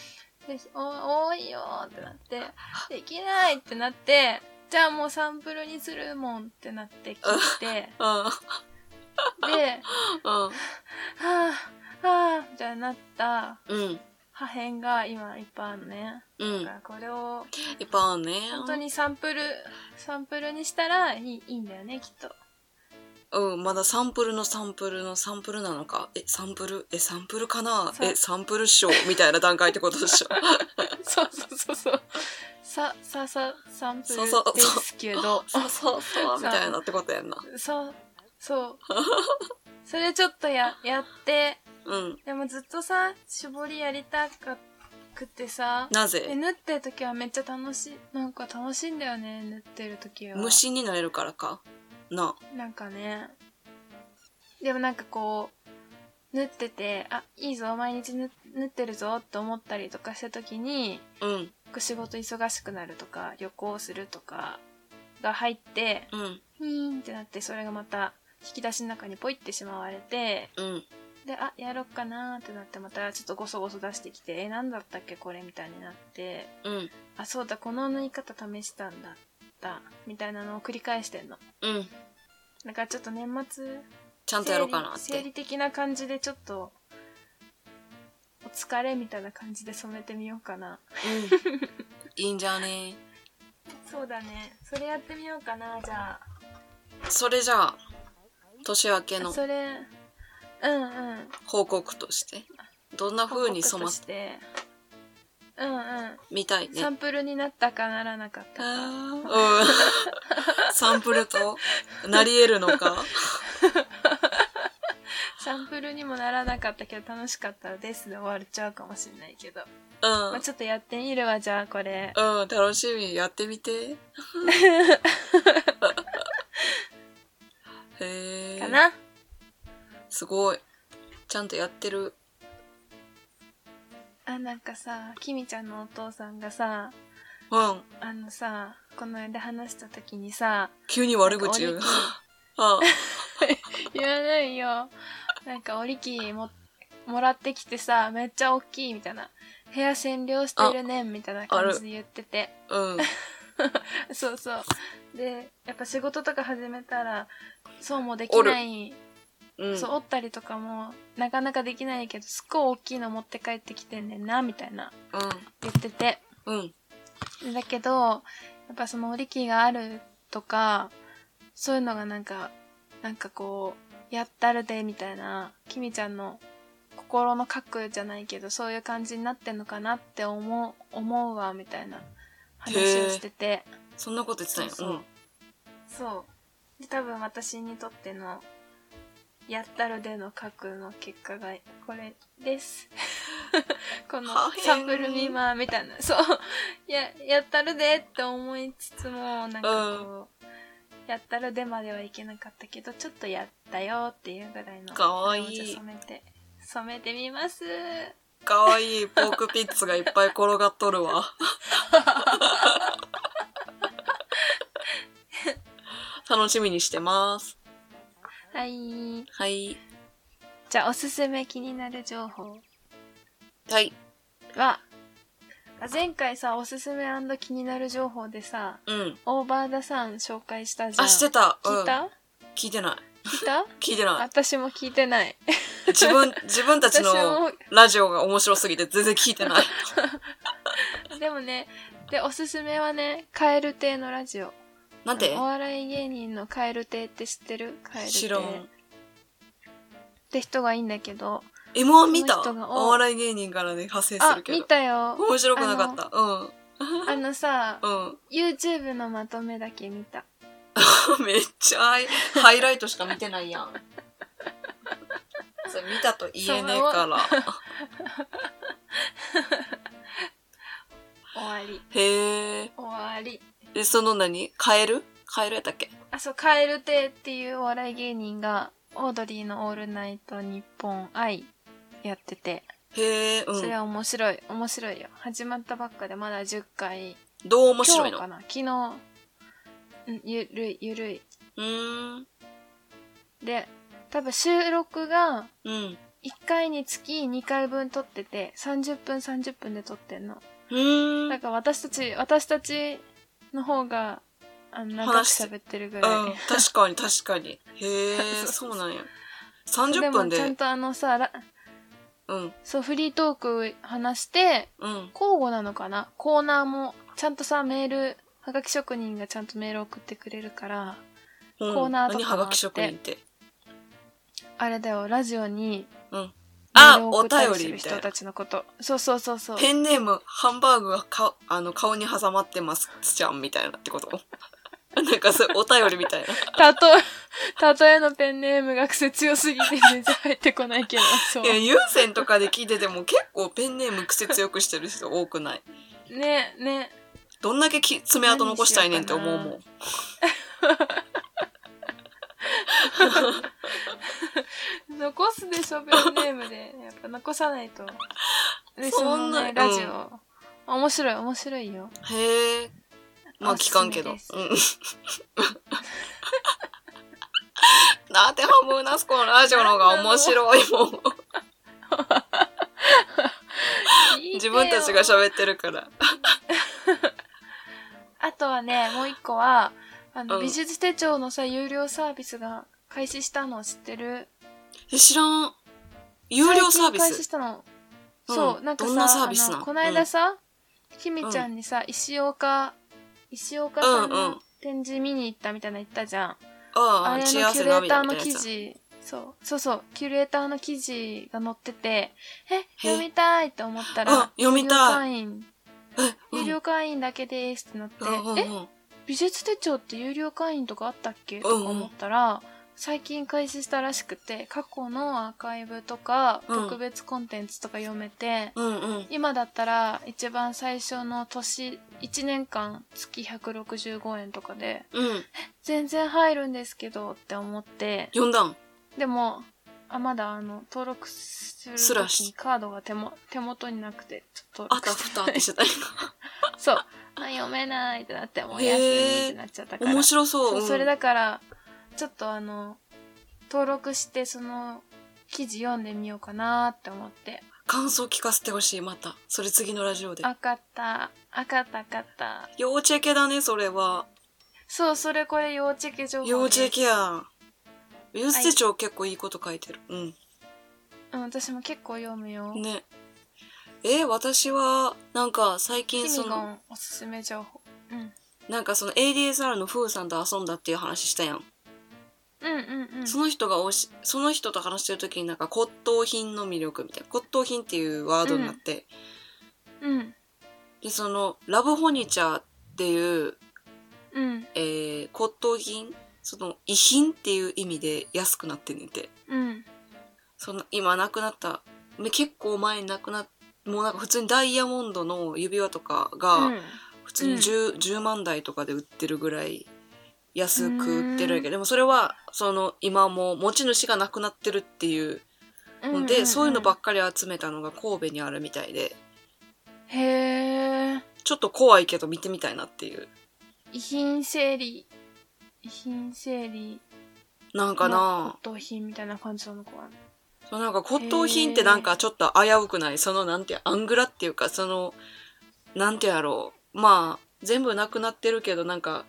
Speaker 2: お多いよーってなってできないってなってじゃあもうサンプルにするもんってなって切って
Speaker 1: あ
Speaker 2: で
Speaker 1: あ。
Speaker 2: はあはあみたいになった
Speaker 1: うん。
Speaker 2: 破片が今いっぱいあるね
Speaker 1: うん。
Speaker 2: だからこれを
Speaker 1: いっぱいあるね。
Speaker 2: 本当にサンプルサンプルにしたらいいいいんだよねきっと
Speaker 1: うん、まだサンプルのサンプルのサンプルなのか。え、サンプルえ、サンプルかな
Speaker 2: さ
Speaker 1: え、サンプル賞みたいな段階ってことでしょ。
Speaker 2: そうそうそうそうさささサンプル
Speaker 1: そうそうそう
Speaker 2: ですけど
Speaker 1: そうそうそう、みたいなってことやんな。
Speaker 2: そうそうそれちょっとややって
Speaker 1: うん。
Speaker 2: でもずっとさ絞りやりたくてさ
Speaker 1: な
Speaker 2: で
Speaker 1: ぜ
Speaker 2: 縫ってる時はめっちゃ楽しいなんか楽しいんだよね縫ってる時は
Speaker 1: 無心になれるからか。な
Speaker 2: なんかねでもなんかこう縫っててあいいぞ毎日縫縫ってるぞって思ったりとかした時に
Speaker 1: あ。うん、
Speaker 2: 仕事忙しくなるとか旅行するとかが入って
Speaker 1: うん、
Speaker 2: ヒーンってなってそれがまた引き出しの中にポイってしまわれて
Speaker 1: うん。
Speaker 2: で、あ、やろっかなーってなって、またちょっとごそごそ出してきて、え、なんだったっけこれみたいになって、
Speaker 1: うん、
Speaker 2: あ、そうだ、この縫い方試したんだった、みたいなのを繰り返してんの。
Speaker 1: うん。
Speaker 2: だからちょっと年末、
Speaker 1: ちゃんとやろうかなっ
Speaker 2: 生理生
Speaker 1: て。
Speaker 2: 理的な感じでちょっと、お疲れみたいな感じで染めてみようかな。
Speaker 1: うん。いいんじゃね
Speaker 2: そうだね。それやってみようかな、じゃ
Speaker 1: それじゃあ、年明け
Speaker 2: あ。
Speaker 1: の
Speaker 2: それ、うんうん。
Speaker 1: 報告として、どんな風に染ま
Speaker 2: ま
Speaker 1: せ
Speaker 2: して。うんうん。
Speaker 1: みたいね
Speaker 2: サ。ンプルになったかならなかったか。
Speaker 1: あーうん。 サンプルとなり得るのか。
Speaker 2: サンプルにもならなかったけど楽しかったですで終わっちゃうかもしれないけど、まあ、ちょっとやってみるわじゃあこれ
Speaker 1: うん。うん、楽しみ。やってみて。へえ。
Speaker 2: かな、
Speaker 1: すごい。ちゃんとやってる。
Speaker 2: あなんかさきみちゃんのお父さんがさ
Speaker 1: うん。
Speaker 2: あのさこの間話した時にさ
Speaker 1: 急に悪口言う
Speaker 2: なんか。
Speaker 1: あ
Speaker 2: いらないよなんかおりきももらってきてさめっちゃ大きいみたいな部屋占領してるねんみたいな感じで言ってて
Speaker 1: うん。
Speaker 2: そうそうでやっぱ仕事とか始めたらそうもできない
Speaker 1: うん。
Speaker 2: そう折ったりとかもなかなかできないけどすっごい大きいの持って帰ってきてんねんなみたいな言ってて
Speaker 1: うん。うん。
Speaker 2: だけどやっぱその折り機があるとかそういうのがなんかなんかこうやったるでみたいなきみちゃんの心の核じゃないけどそういう感じになってんのかなって思う思うわみたいな話をしてて
Speaker 1: そんなこと言ってたんや。
Speaker 2: そうそうそうで多分私にとってのやったるでの核の結果がこれです この
Speaker 1: 破片
Speaker 2: サンプルミーマーみたいなそう ややったるでって思いつつもなんかこう、やったるでまではいけなかったけどちょっとやったよっていうぐらいの
Speaker 1: かわいい
Speaker 2: もうじゃあ染めて染めてみます
Speaker 1: うん。かわいいポークピッツがいっぱい転がっとる わ。楽しみにしてます。
Speaker 2: はい。
Speaker 1: はい。
Speaker 2: じゃあ、おすすめ気になる情報
Speaker 1: はい。
Speaker 2: は、あ前回さ、おすすめ気になる情報でさ、
Speaker 1: うん。
Speaker 2: オーバーダさん紹介したじゃん。
Speaker 1: あ、してた。
Speaker 2: 聞いた、
Speaker 1: うん、聞いてない。
Speaker 2: 聞いた
Speaker 1: 聞いてない。
Speaker 2: 私も聞いてない。
Speaker 1: 自分、自分たち
Speaker 2: 私
Speaker 1: の
Speaker 2: も、
Speaker 1: ラジオが面白すぎて全然聞いて ない。
Speaker 2: でもね、で、おすすめはね、カエル亭のラジオ。
Speaker 1: なんて
Speaker 2: お笑い芸人のカエル亭って知ってるカエル亭。
Speaker 1: 知ら
Speaker 2: っ
Speaker 1: ん。
Speaker 2: て人がいいんだけど。
Speaker 1: M1 見た
Speaker 2: その人がお
Speaker 1: お笑い芸人からね、派生す
Speaker 2: あ
Speaker 1: る、け
Speaker 2: 見
Speaker 1: ど。
Speaker 2: たよ。
Speaker 1: 面白くなかった。う
Speaker 2: あの。あのさ、
Speaker 1: ん。うん。
Speaker 2: YouTube のまとめだけ見た。
Speaker 1: めっちゃハイハイライトしか見てないやん。それ見たと言えねえから。
Speaker 2: 終わり。
Speaker 1: へえ。
Speaker 2: 終わり。
Speaker 1: え、その何カエルカエルやったっけ
Speaker 2: あ、そう、カエル亭っていうお笑い芸人が、オードリーのオールナイトニッポン愛やってて、
Speaker 1: へえ、う
Speaker 2: それ
Speaker 1: ん。
Speaker 2: は面白い、面白いよ。始まったばっかでまだ10回、
Speaker 1: どう面白い
Speaker 2: 今日
Speaker 1: の
Speaker 2: か
Speaker 1: う
Speaker 2: な昨日、うん、ゆるい、ゆるい。
Speaker 1: ーん。
Speaker 2: で、多分収録が
Speaker 1: うん。
Speaker 2: 1回につき2回分撮ってて、30分30分で撮ってんの。
Speaker 1: うーん。
Speaker 2: なんか私たち、私たちの方が、あの、長く
Speaker 1: 話して
Speaker 2: 喋ってるぐらい。
Speaker 1: うん、確かに確かに。へ え、そうなんや。30分
Speaker 2: もちゃん
Speaker 1: で、
Speaker 2: とあのさ、ら
Speaker 1: うん、
Speaker 2: そう、フリートーク話して、
Speaker 1: うん。
Speaker 2: 交互なのかなコーナーも、ちゃんとさ、メール、はがき職人がちゃんとメール送ってくれるから、コーナーとかも
Speaker 1: 何は
Speaker 2: あって
Speaker 1: がき職人って。
Speaker 2: あれだよ、ラジオに、
Speaker 1: うん。
Speaker 2: メー
Speaker 1: あ、
Speaker 2: ルを
Speaker 1: お
Speaker 2: 送った
Speaker 1: 便
Speaker 2: す
Speaker 1: り
Speaker 2: る
Speaker 1: みた
Speaker 2: 人
Speaker 1: いな
Speaker 2: た。ちのこと。そうそうそうそう。
Speaker 1: ペンネーム、ハンバーグがかあの顔に挟まってますじゃんみたいなってこと なんかそう、お便りみたいな。
Speaker 2: たとえ、 たとえのペンネームが癖強すぎて全然入ってこないけど、そ
Speaker 1: いや、
Speaker 2: う。
Speaker 1: 有線とかで聞いてても結構ペンネーム癖強くしてる人多くない。
Speaker 2: ね、ね。
Speaker 1: どんだけき爪痕残したいねんって思うもん。
Speaker 2: 残すでしょ、ペンネームで。やっぱ残さないと。で、そ
Speaker 1: そ
Speaker 2: の
Speaker 1: んな
Speaker 2: ね、ラジオ。面白い、面白いよ。
Speaker 1: へえ。まあ
Speaker 2: お
Speaker 1: 聞
Speaker 2: すす
Speaker 1: か
Speaker 2: め
Speaker 1: んけど。う
Speaker 2: です
Speaker 1: ん。 なんてハムナスコのラジオの方が面白いもん。自分たちが
Speaker 2: る。
Speaker 1: 喋ってるから。
Speaker 2: あとはね、もう一個は、あの、
Speaker 1: うん
Speaker 2: 美術手帳のさ、有料サービスが開始したのを知ってる
Speaker 1: え知らん。有料サービ
Speaker 2: 最近開始
Speaker 1: ス
Speaker 2: し。たの。
Speaker 1: うん
Speaker 2: そう、なんかさ、
Speaker 1: どんなサービスな
Speaker 2: あ
Speaker 1: ん
Speaker 2: のこの間さ、ひみちゃんにさ、石岡、石岡さん
Speaker 1: うんう
Speaker 2: の
Speaker 1: ん
Speaker 2: 展示見に行ったみたいな言ったじゃん。
Speaker 1: あ
Speaker 2: あれ
Speaker 1: あ、
Speaker 2: のキ
Speaker 1: 幸せ
Speaker 2: ュレー
Speaker 1: 涙
Speaker 2: ター
Speaker 1: みた
Speaker 2: の
Speaker 1: いな
Speaker 2: 記
Speaker 1: やつ。
Speaker 2: 事、そう、そうそう、キュレーターの記事が載ってて、え、
Speaker 1: え
Speaker 2: 読みたいと思った
Speaker 1: うん
Speaker 2: ら、
Speaker 1: 読みた
Speaker 2: い。有料会員、
Speaker 1: えうん
Speaker 2: 有料会員だけですってなって、
Speaker 1: うん
Speaker 2: え、
Speaker 1: うんうん
Speaker 2: 美術手帳って有料会員とかあったっけとか思ったら、最近開始したらしくて、過去のアーカイブとか、
Speaker 1: うん
Speaker 2: 特別コンテンツとか読めて、
Speaker 1: うんうん。
Speaker 2: 今だったら一番最初の年、1年間月165円とかで、
Speaker 1: うん。
Speaker 2: 全然入るんですけどって思って、
Speaker 1: 読んだん。
Speaker 2: でも、あ、まだあの、登録する
Speaker 1: すら
Speaker 2: と
Speaker 1: し
Speaker 2: きにカードが手も、手元になくて、ちょっと
Speaker 1: あ
Speaker 2: 登
Speaker 1: た
Speaker 2: 録
Speaker 1: ふ
Speaker 2: して
Speaker 1: た
Speaker 2: な
Speaker 1: っ
Speaker 2: い
Speaker 1: てしてた。
Speaker 2: そう。あ読めないってなって、もう休みってなっちゃったから。
Speaker 1: 面白そう。
Speaker 2: そう
Speaker 1: うん
Speaker 2: それだから、ちょっとあの、登録して、その、記事読んでみようかなって思って。
Speaker 1: 感想聞かせてほしい、また。それ次のラジオで。
Speaker 2: あかった。あかった、あかった。
Speaker 1: 幼稚系だね、それは。
Speaker 2: そう、それこれ幼稚系情報。
Speaker 1: 幼稚系やん。美術手帳結構いいこと書いてる。うん。
Speaker 2: うん、私も結構読むよ。
Speaker 1: ね。え、私は、なんか最
Speaker 2: キ
Speaker 1: 近そ
Speaker 2: ミゴ
Speaker 1: の、
Speaker 2: ンおすすめ情報。うん。
Speaker 1: なんかその ADSR のフーさんと遊んだっていう話したやん。
Speaker 2: うんうんうん。
Speaker 1: その人がおし、その人と話してる時になんか骨董品の魅力みたいな。骨董品っていうワードになって。
Speaker 2: うん。
Speaker 1: で、その、ラブホニチャーっていう、
Speaker 2: うん。
Speaker 1: えー、骨董品その、遺品っていう意味で安くなってんねんて。
Speaker 2: うん。
Speaker 1: その今亡くなっため結構前に亡くなっもうなんか普通にダイヤモンドの指輪とかが普通に 10,、10万台とかで売ってるぐらい安く売ってるわけどでもそれはその今もう持ち主が亡くなってるっていう
Speaker 2: う
Speaker 1: の
Speaker 2: ん。
Speaker 1: で、そういうのば
Speaker 2: っ
Speaker 1: っかり集めたのが神戸にあるみたいで
Speaker 2: へー。
Speaker 1: ちょっと怖いけど見てみたいなっていう
Speaker 2: 遺品整理。遺品整理。
Speaker 1: なんか
Speaker 2: まあ
Speaker 1: な、
Speaker 2: 骨董品みたいな感じなのかな。
Speaker 1: そうなんか骨董品ってなんかちょっと危うくないそのなんてアングラっていうかそのなんてやろうまあ全部なくなってるけどなんか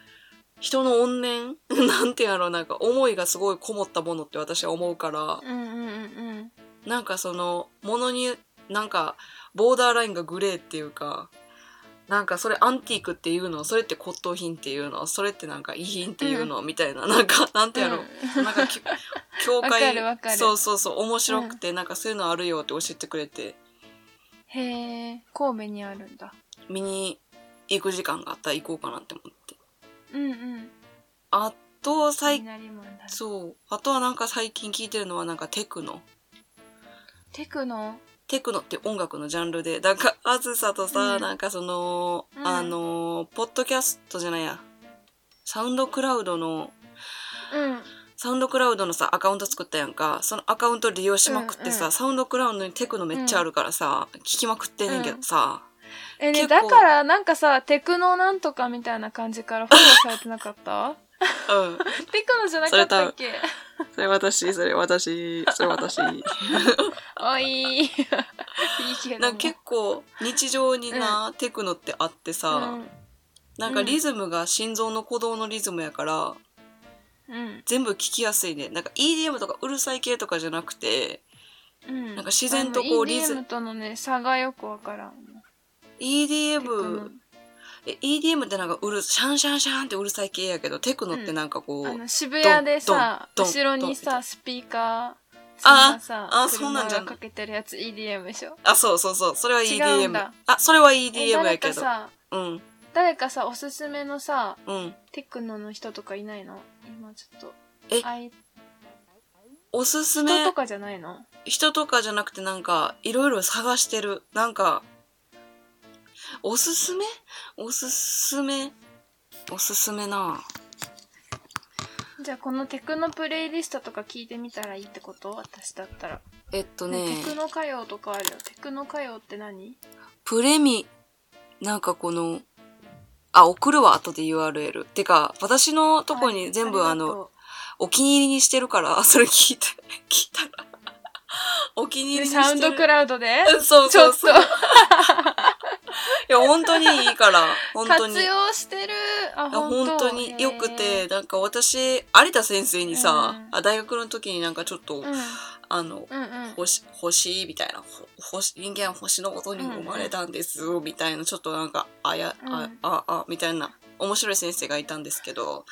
Speaker 1: 人の怨念 なんてやろうなんか思いがすごいこもったものって私は思うから
Speaker 2: うんうんうん
Speaker 1: なんかそのものになんかボーダーラインがグレーっていうかなんかそれアンティークっていうのそれって骨董品っていうのそれってなんか遺品っていうの、みたいななんかなんてやろう、なんか き教
Speaker 2: わかるわか
Speaker 1: 会
Speaker 2: る
Speaker 1: そうそうそう面白くて、なんかそういうのあるよって教えてくれて
Speaker 2: へえ、神戸にあるんだ。
Speaker 1: 見に行く時間があったら行こうかなって思って
Speaker 2: うんうん。
Speaker 1: あと
Speaker 2: 気に
Speaker 1: 最
Speaker 2: なりもんだ。
Speaker 1: そうあとはなんか最近聞いてるのはなんかテクノ
Speaker 2: テクノ
Speaker 1: テクノって音楽のジャンルでだからあずさとさ、
Speaker 2: うん
Speaker 1: なんかその、
Speaker 2: うん
Speaker 1: あのポッドキャストじゃないやサウンドクラウドの
Speaker 2: うん。
Speaker 1: サウンドクラウドのさアカウント作ったやんかそのアカウント利用しまくってさ、
Speaker 2: うんうん
Speaker 1: サウンドクラウドにテクノめっちゃあるからさ、聞きまくってんねんけどさ、
Speaker 2: え、ね、
Speaker 1: 結構
Speaker 2: だからなんかさ、テクノなんとかみたいな感じからフォローされてなかった
Speaker 1: うん
Speaker 2: テクノじゃなかったっけ
Speaker 1: それ私、それ私、それ 私。
Speaker 2: お い。いいけども。
Speaker 1: なんか結構日常にな、テクノってあってさ、なんかリズムが心臓の鼓動のリズムやから、
Speaker 2: うん。うん。
Speaker 1: 全部聞きやすいね。なんか EDM とかうるさい系とかじゃなくて、
Speaker 2: うん、
Speaker 1: なんか自然とこうリズ
Speaker 2: ムとのね差がよくわからん。テク
Speaker 1: EDM、え EDM ってなんかうる、シャンシャンシャンってうるさい系やけど、テクノってなんかこう、
Speaker 2: ノあの渋谷でさ
Speaker 1: ドンドン
Speaker 2: 後ろに
Speaker 1: ドン
Speaker 2: さスピーカー
Speaker 1: あー
Speaker 2: そんなさ
Speaker 1: あーそうなんじゃん
Speaker 2: 車がかけてるやつ EDM でしょ。
Speaker 1: あ、そうそうそう、それは
Speaker 2: 違うん
Speaker 1: EDM
Speaker 2: だ。
Speaker 1: あ、それは
Speaker 2: え
Speaker 1: EDM や
Speaker 2: 誰
Speaker 1: け
Speaker 2: か
Speaker 1: ど。
Speaker 2: さ
Speaker 1: うん、
Speaker 2: 誰かさおすすめのさ
Speaker 1: うん。
Speaker 2: テクノの人とかいないの？今ちょっと
Speaker 1: え
Speaker 2: あい
Speaker 1: おすすめ。
Speaker 2: 人とかじゃないの？
Speaker 1: 人とかじゃなくてなんかいろいろ探してるなんかおすすめおすすめおすすめな
Speaker 2: じゃあこのテクノプレイリストとか聞いてみたらいいってこと？私だったら。
Speaker 1: えっとね
Speaker 2: テクノ歌謡とかあるよ。テクノ歌謡って何？
Speaker 1: プレミなんかこのあ送るわ後で URL てか私のとこに全部
Speaker 2: はい
Speaker 1: あの、。お気に入りにしてるから それ聞いて聞いたらお気に入
Speaker 2: で
Speaker 1: りにしてる
Speaker 2: サウンドクラウドで
Speaker 1: そう
Speaker 2: ちょ
Speaker 1: そうそう
Speaker 2: っ
Speaker 1: い
Speaker 2: と
Speaker 1: や本当にいいから本当に
Speaker 2: 活用してる。あ、
Speaker 1: いや本当に良くて、なんか私、有田先生にさ、
Speaker 2: うん
Speaker 1: あ大学の時になんかちょっと、
Speaker 2: うん、うん
Speaker 1: あの、
Speaker 2: うん。
Speaker 1: 星、星みたいな、ほ星、人間は星のことに生まれたんです、みたいな、ちょっとなんか、あや、あ
Speaker 2: うん、
Speaker 1: あ、あ、みたいな、面白い先生がいたんですけど、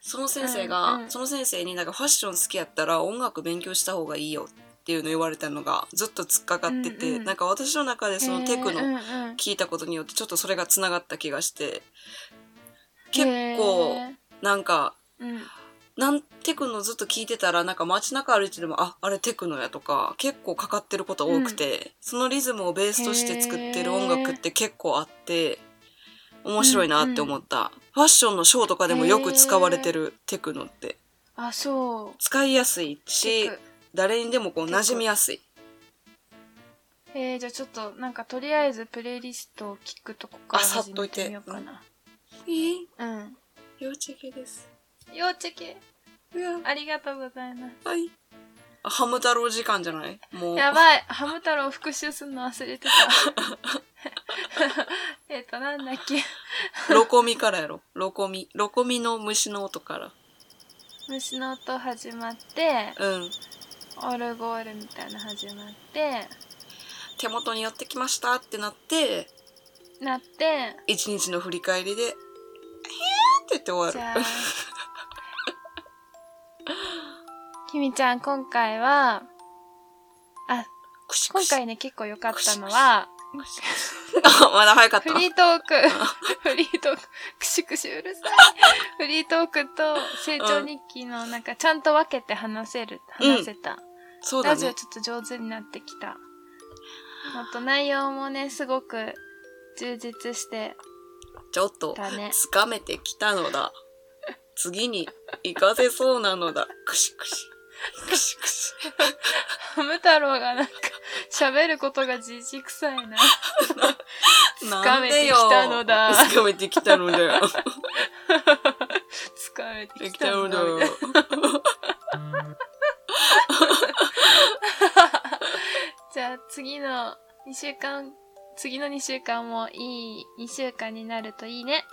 Speaker 1: その先生が、
Speaker 2: うんうん
Speaker 1: その先生になんかファッション好きやったら音楽勉強した方がいいよっていうの言われたのがずっと突っかかってて、
Speaker 2: うんうん
Speaker 1: なんか私の中でそのテクノ、
Speaker 2: へーうんうん
Speaker 1: 聞いたことによってちょっとそれがつながった気がして結構
Speaker 2: へー
Speaker 1: なんか
Speaker 2: うん
Speaker 1: なんテクノずっと聞いてたらなんか街中歩いててもああれテクノやとか結構かかってること多くて、そのリズムをベースとして作ってる音楽って結構あって面白いなって思った、ファッションのショーとかでもよく使われてるテクノって
Speaker 2: あ、そう。
Speaker 1: 使いやすいし
Speaker 2: テク
Speaker 1: 誰にでもこう馴染みやすい
Speaker 2: えー、じゃあちょっと、なんかとりあえずプレイリストを聞くとこから
Speaker 1: あさっ
Speaker 2: 始
Speaker 1: と
Speaker 2: め
Speaker 1: いて
Speaker 2: てみようかな。
Speaker 1: いい
Speaker 2: うん。
Speaker 1: 幼稚園です
Speaker 2: 幼稚系
Speaker 1: うわ
Speaker 2: ありがとうございます。
Speaker 1: はいあハム太郎時間じゃないもう
Speaker 2: やばい。ハム太郎復習するの忘 れてた。えっと、なんだっけ。
Speaker 1: ロコミからやろ。ロコミ。ロコミの虫の音から。
Speaker 2: 虫の音始まって、
Speaker 1: うん。
Speaker 2: オルゴールみたいなの始まって、
Speaker 1: 手元に寄ってきましたってなって、
Speaker 2: なって、
Speaker 1: 一日の振り返りで、へーって言って終
Speaker 2: じ
Speaker 1: わ
Speaker 2: ゃ
Speaker 1: る。
Speaker 2: あ。きみちゃん、今回は、あ、
Speaker 1: くしく
Speaker 2: 今
Speaker 1: し。
Speaker 2: 回ね、結構良かったの
Speaker 1: あ、
Speaker 2: は、
Speaker 1: まだ早かっ
Speaker 2: フ
Speaker 1: た。
Speaker 2: リートーク、フリートーク、くしくしうるさい。フリートークと成長日記の、なんか、ちゃんと分けて話せる、
Speaker 1: うん
Speaker 2: 話せた。
Speaker 1: そうだ
Speaker 2: ラジオ
Speaker 1: ね。
Speaker 2: ちょっと上手になってきた。もっと内容もね、すごく充実して
Speaker 1: ちょっと、
Speaker 2: たね。
Speaker 1: つかめてきたのだ。次に行かせそうなのだ。くしくし。くしくし。
Speaker 2: ハム太郎がなんか、喋ることがじじくさいな。
Speaker 1: なんでよ
Speaker 2: つかめてきたのだ
Speaker 1: つかめてきた のだよ。
Speaker 2: 疲れて
Speaker 1: で
Speaker 2: き
Speaker 1: き
Speaker 2: た
Speaker 1: た
Speaker 2: の
Speaker 1: の
Speaker 2: だ
Speaker 1: だ
Speaker 2: みたい
Speaker 1: よ
Speaker 2: な。じゃあ次の2週間、次の2週間もいい2週間になるといいね。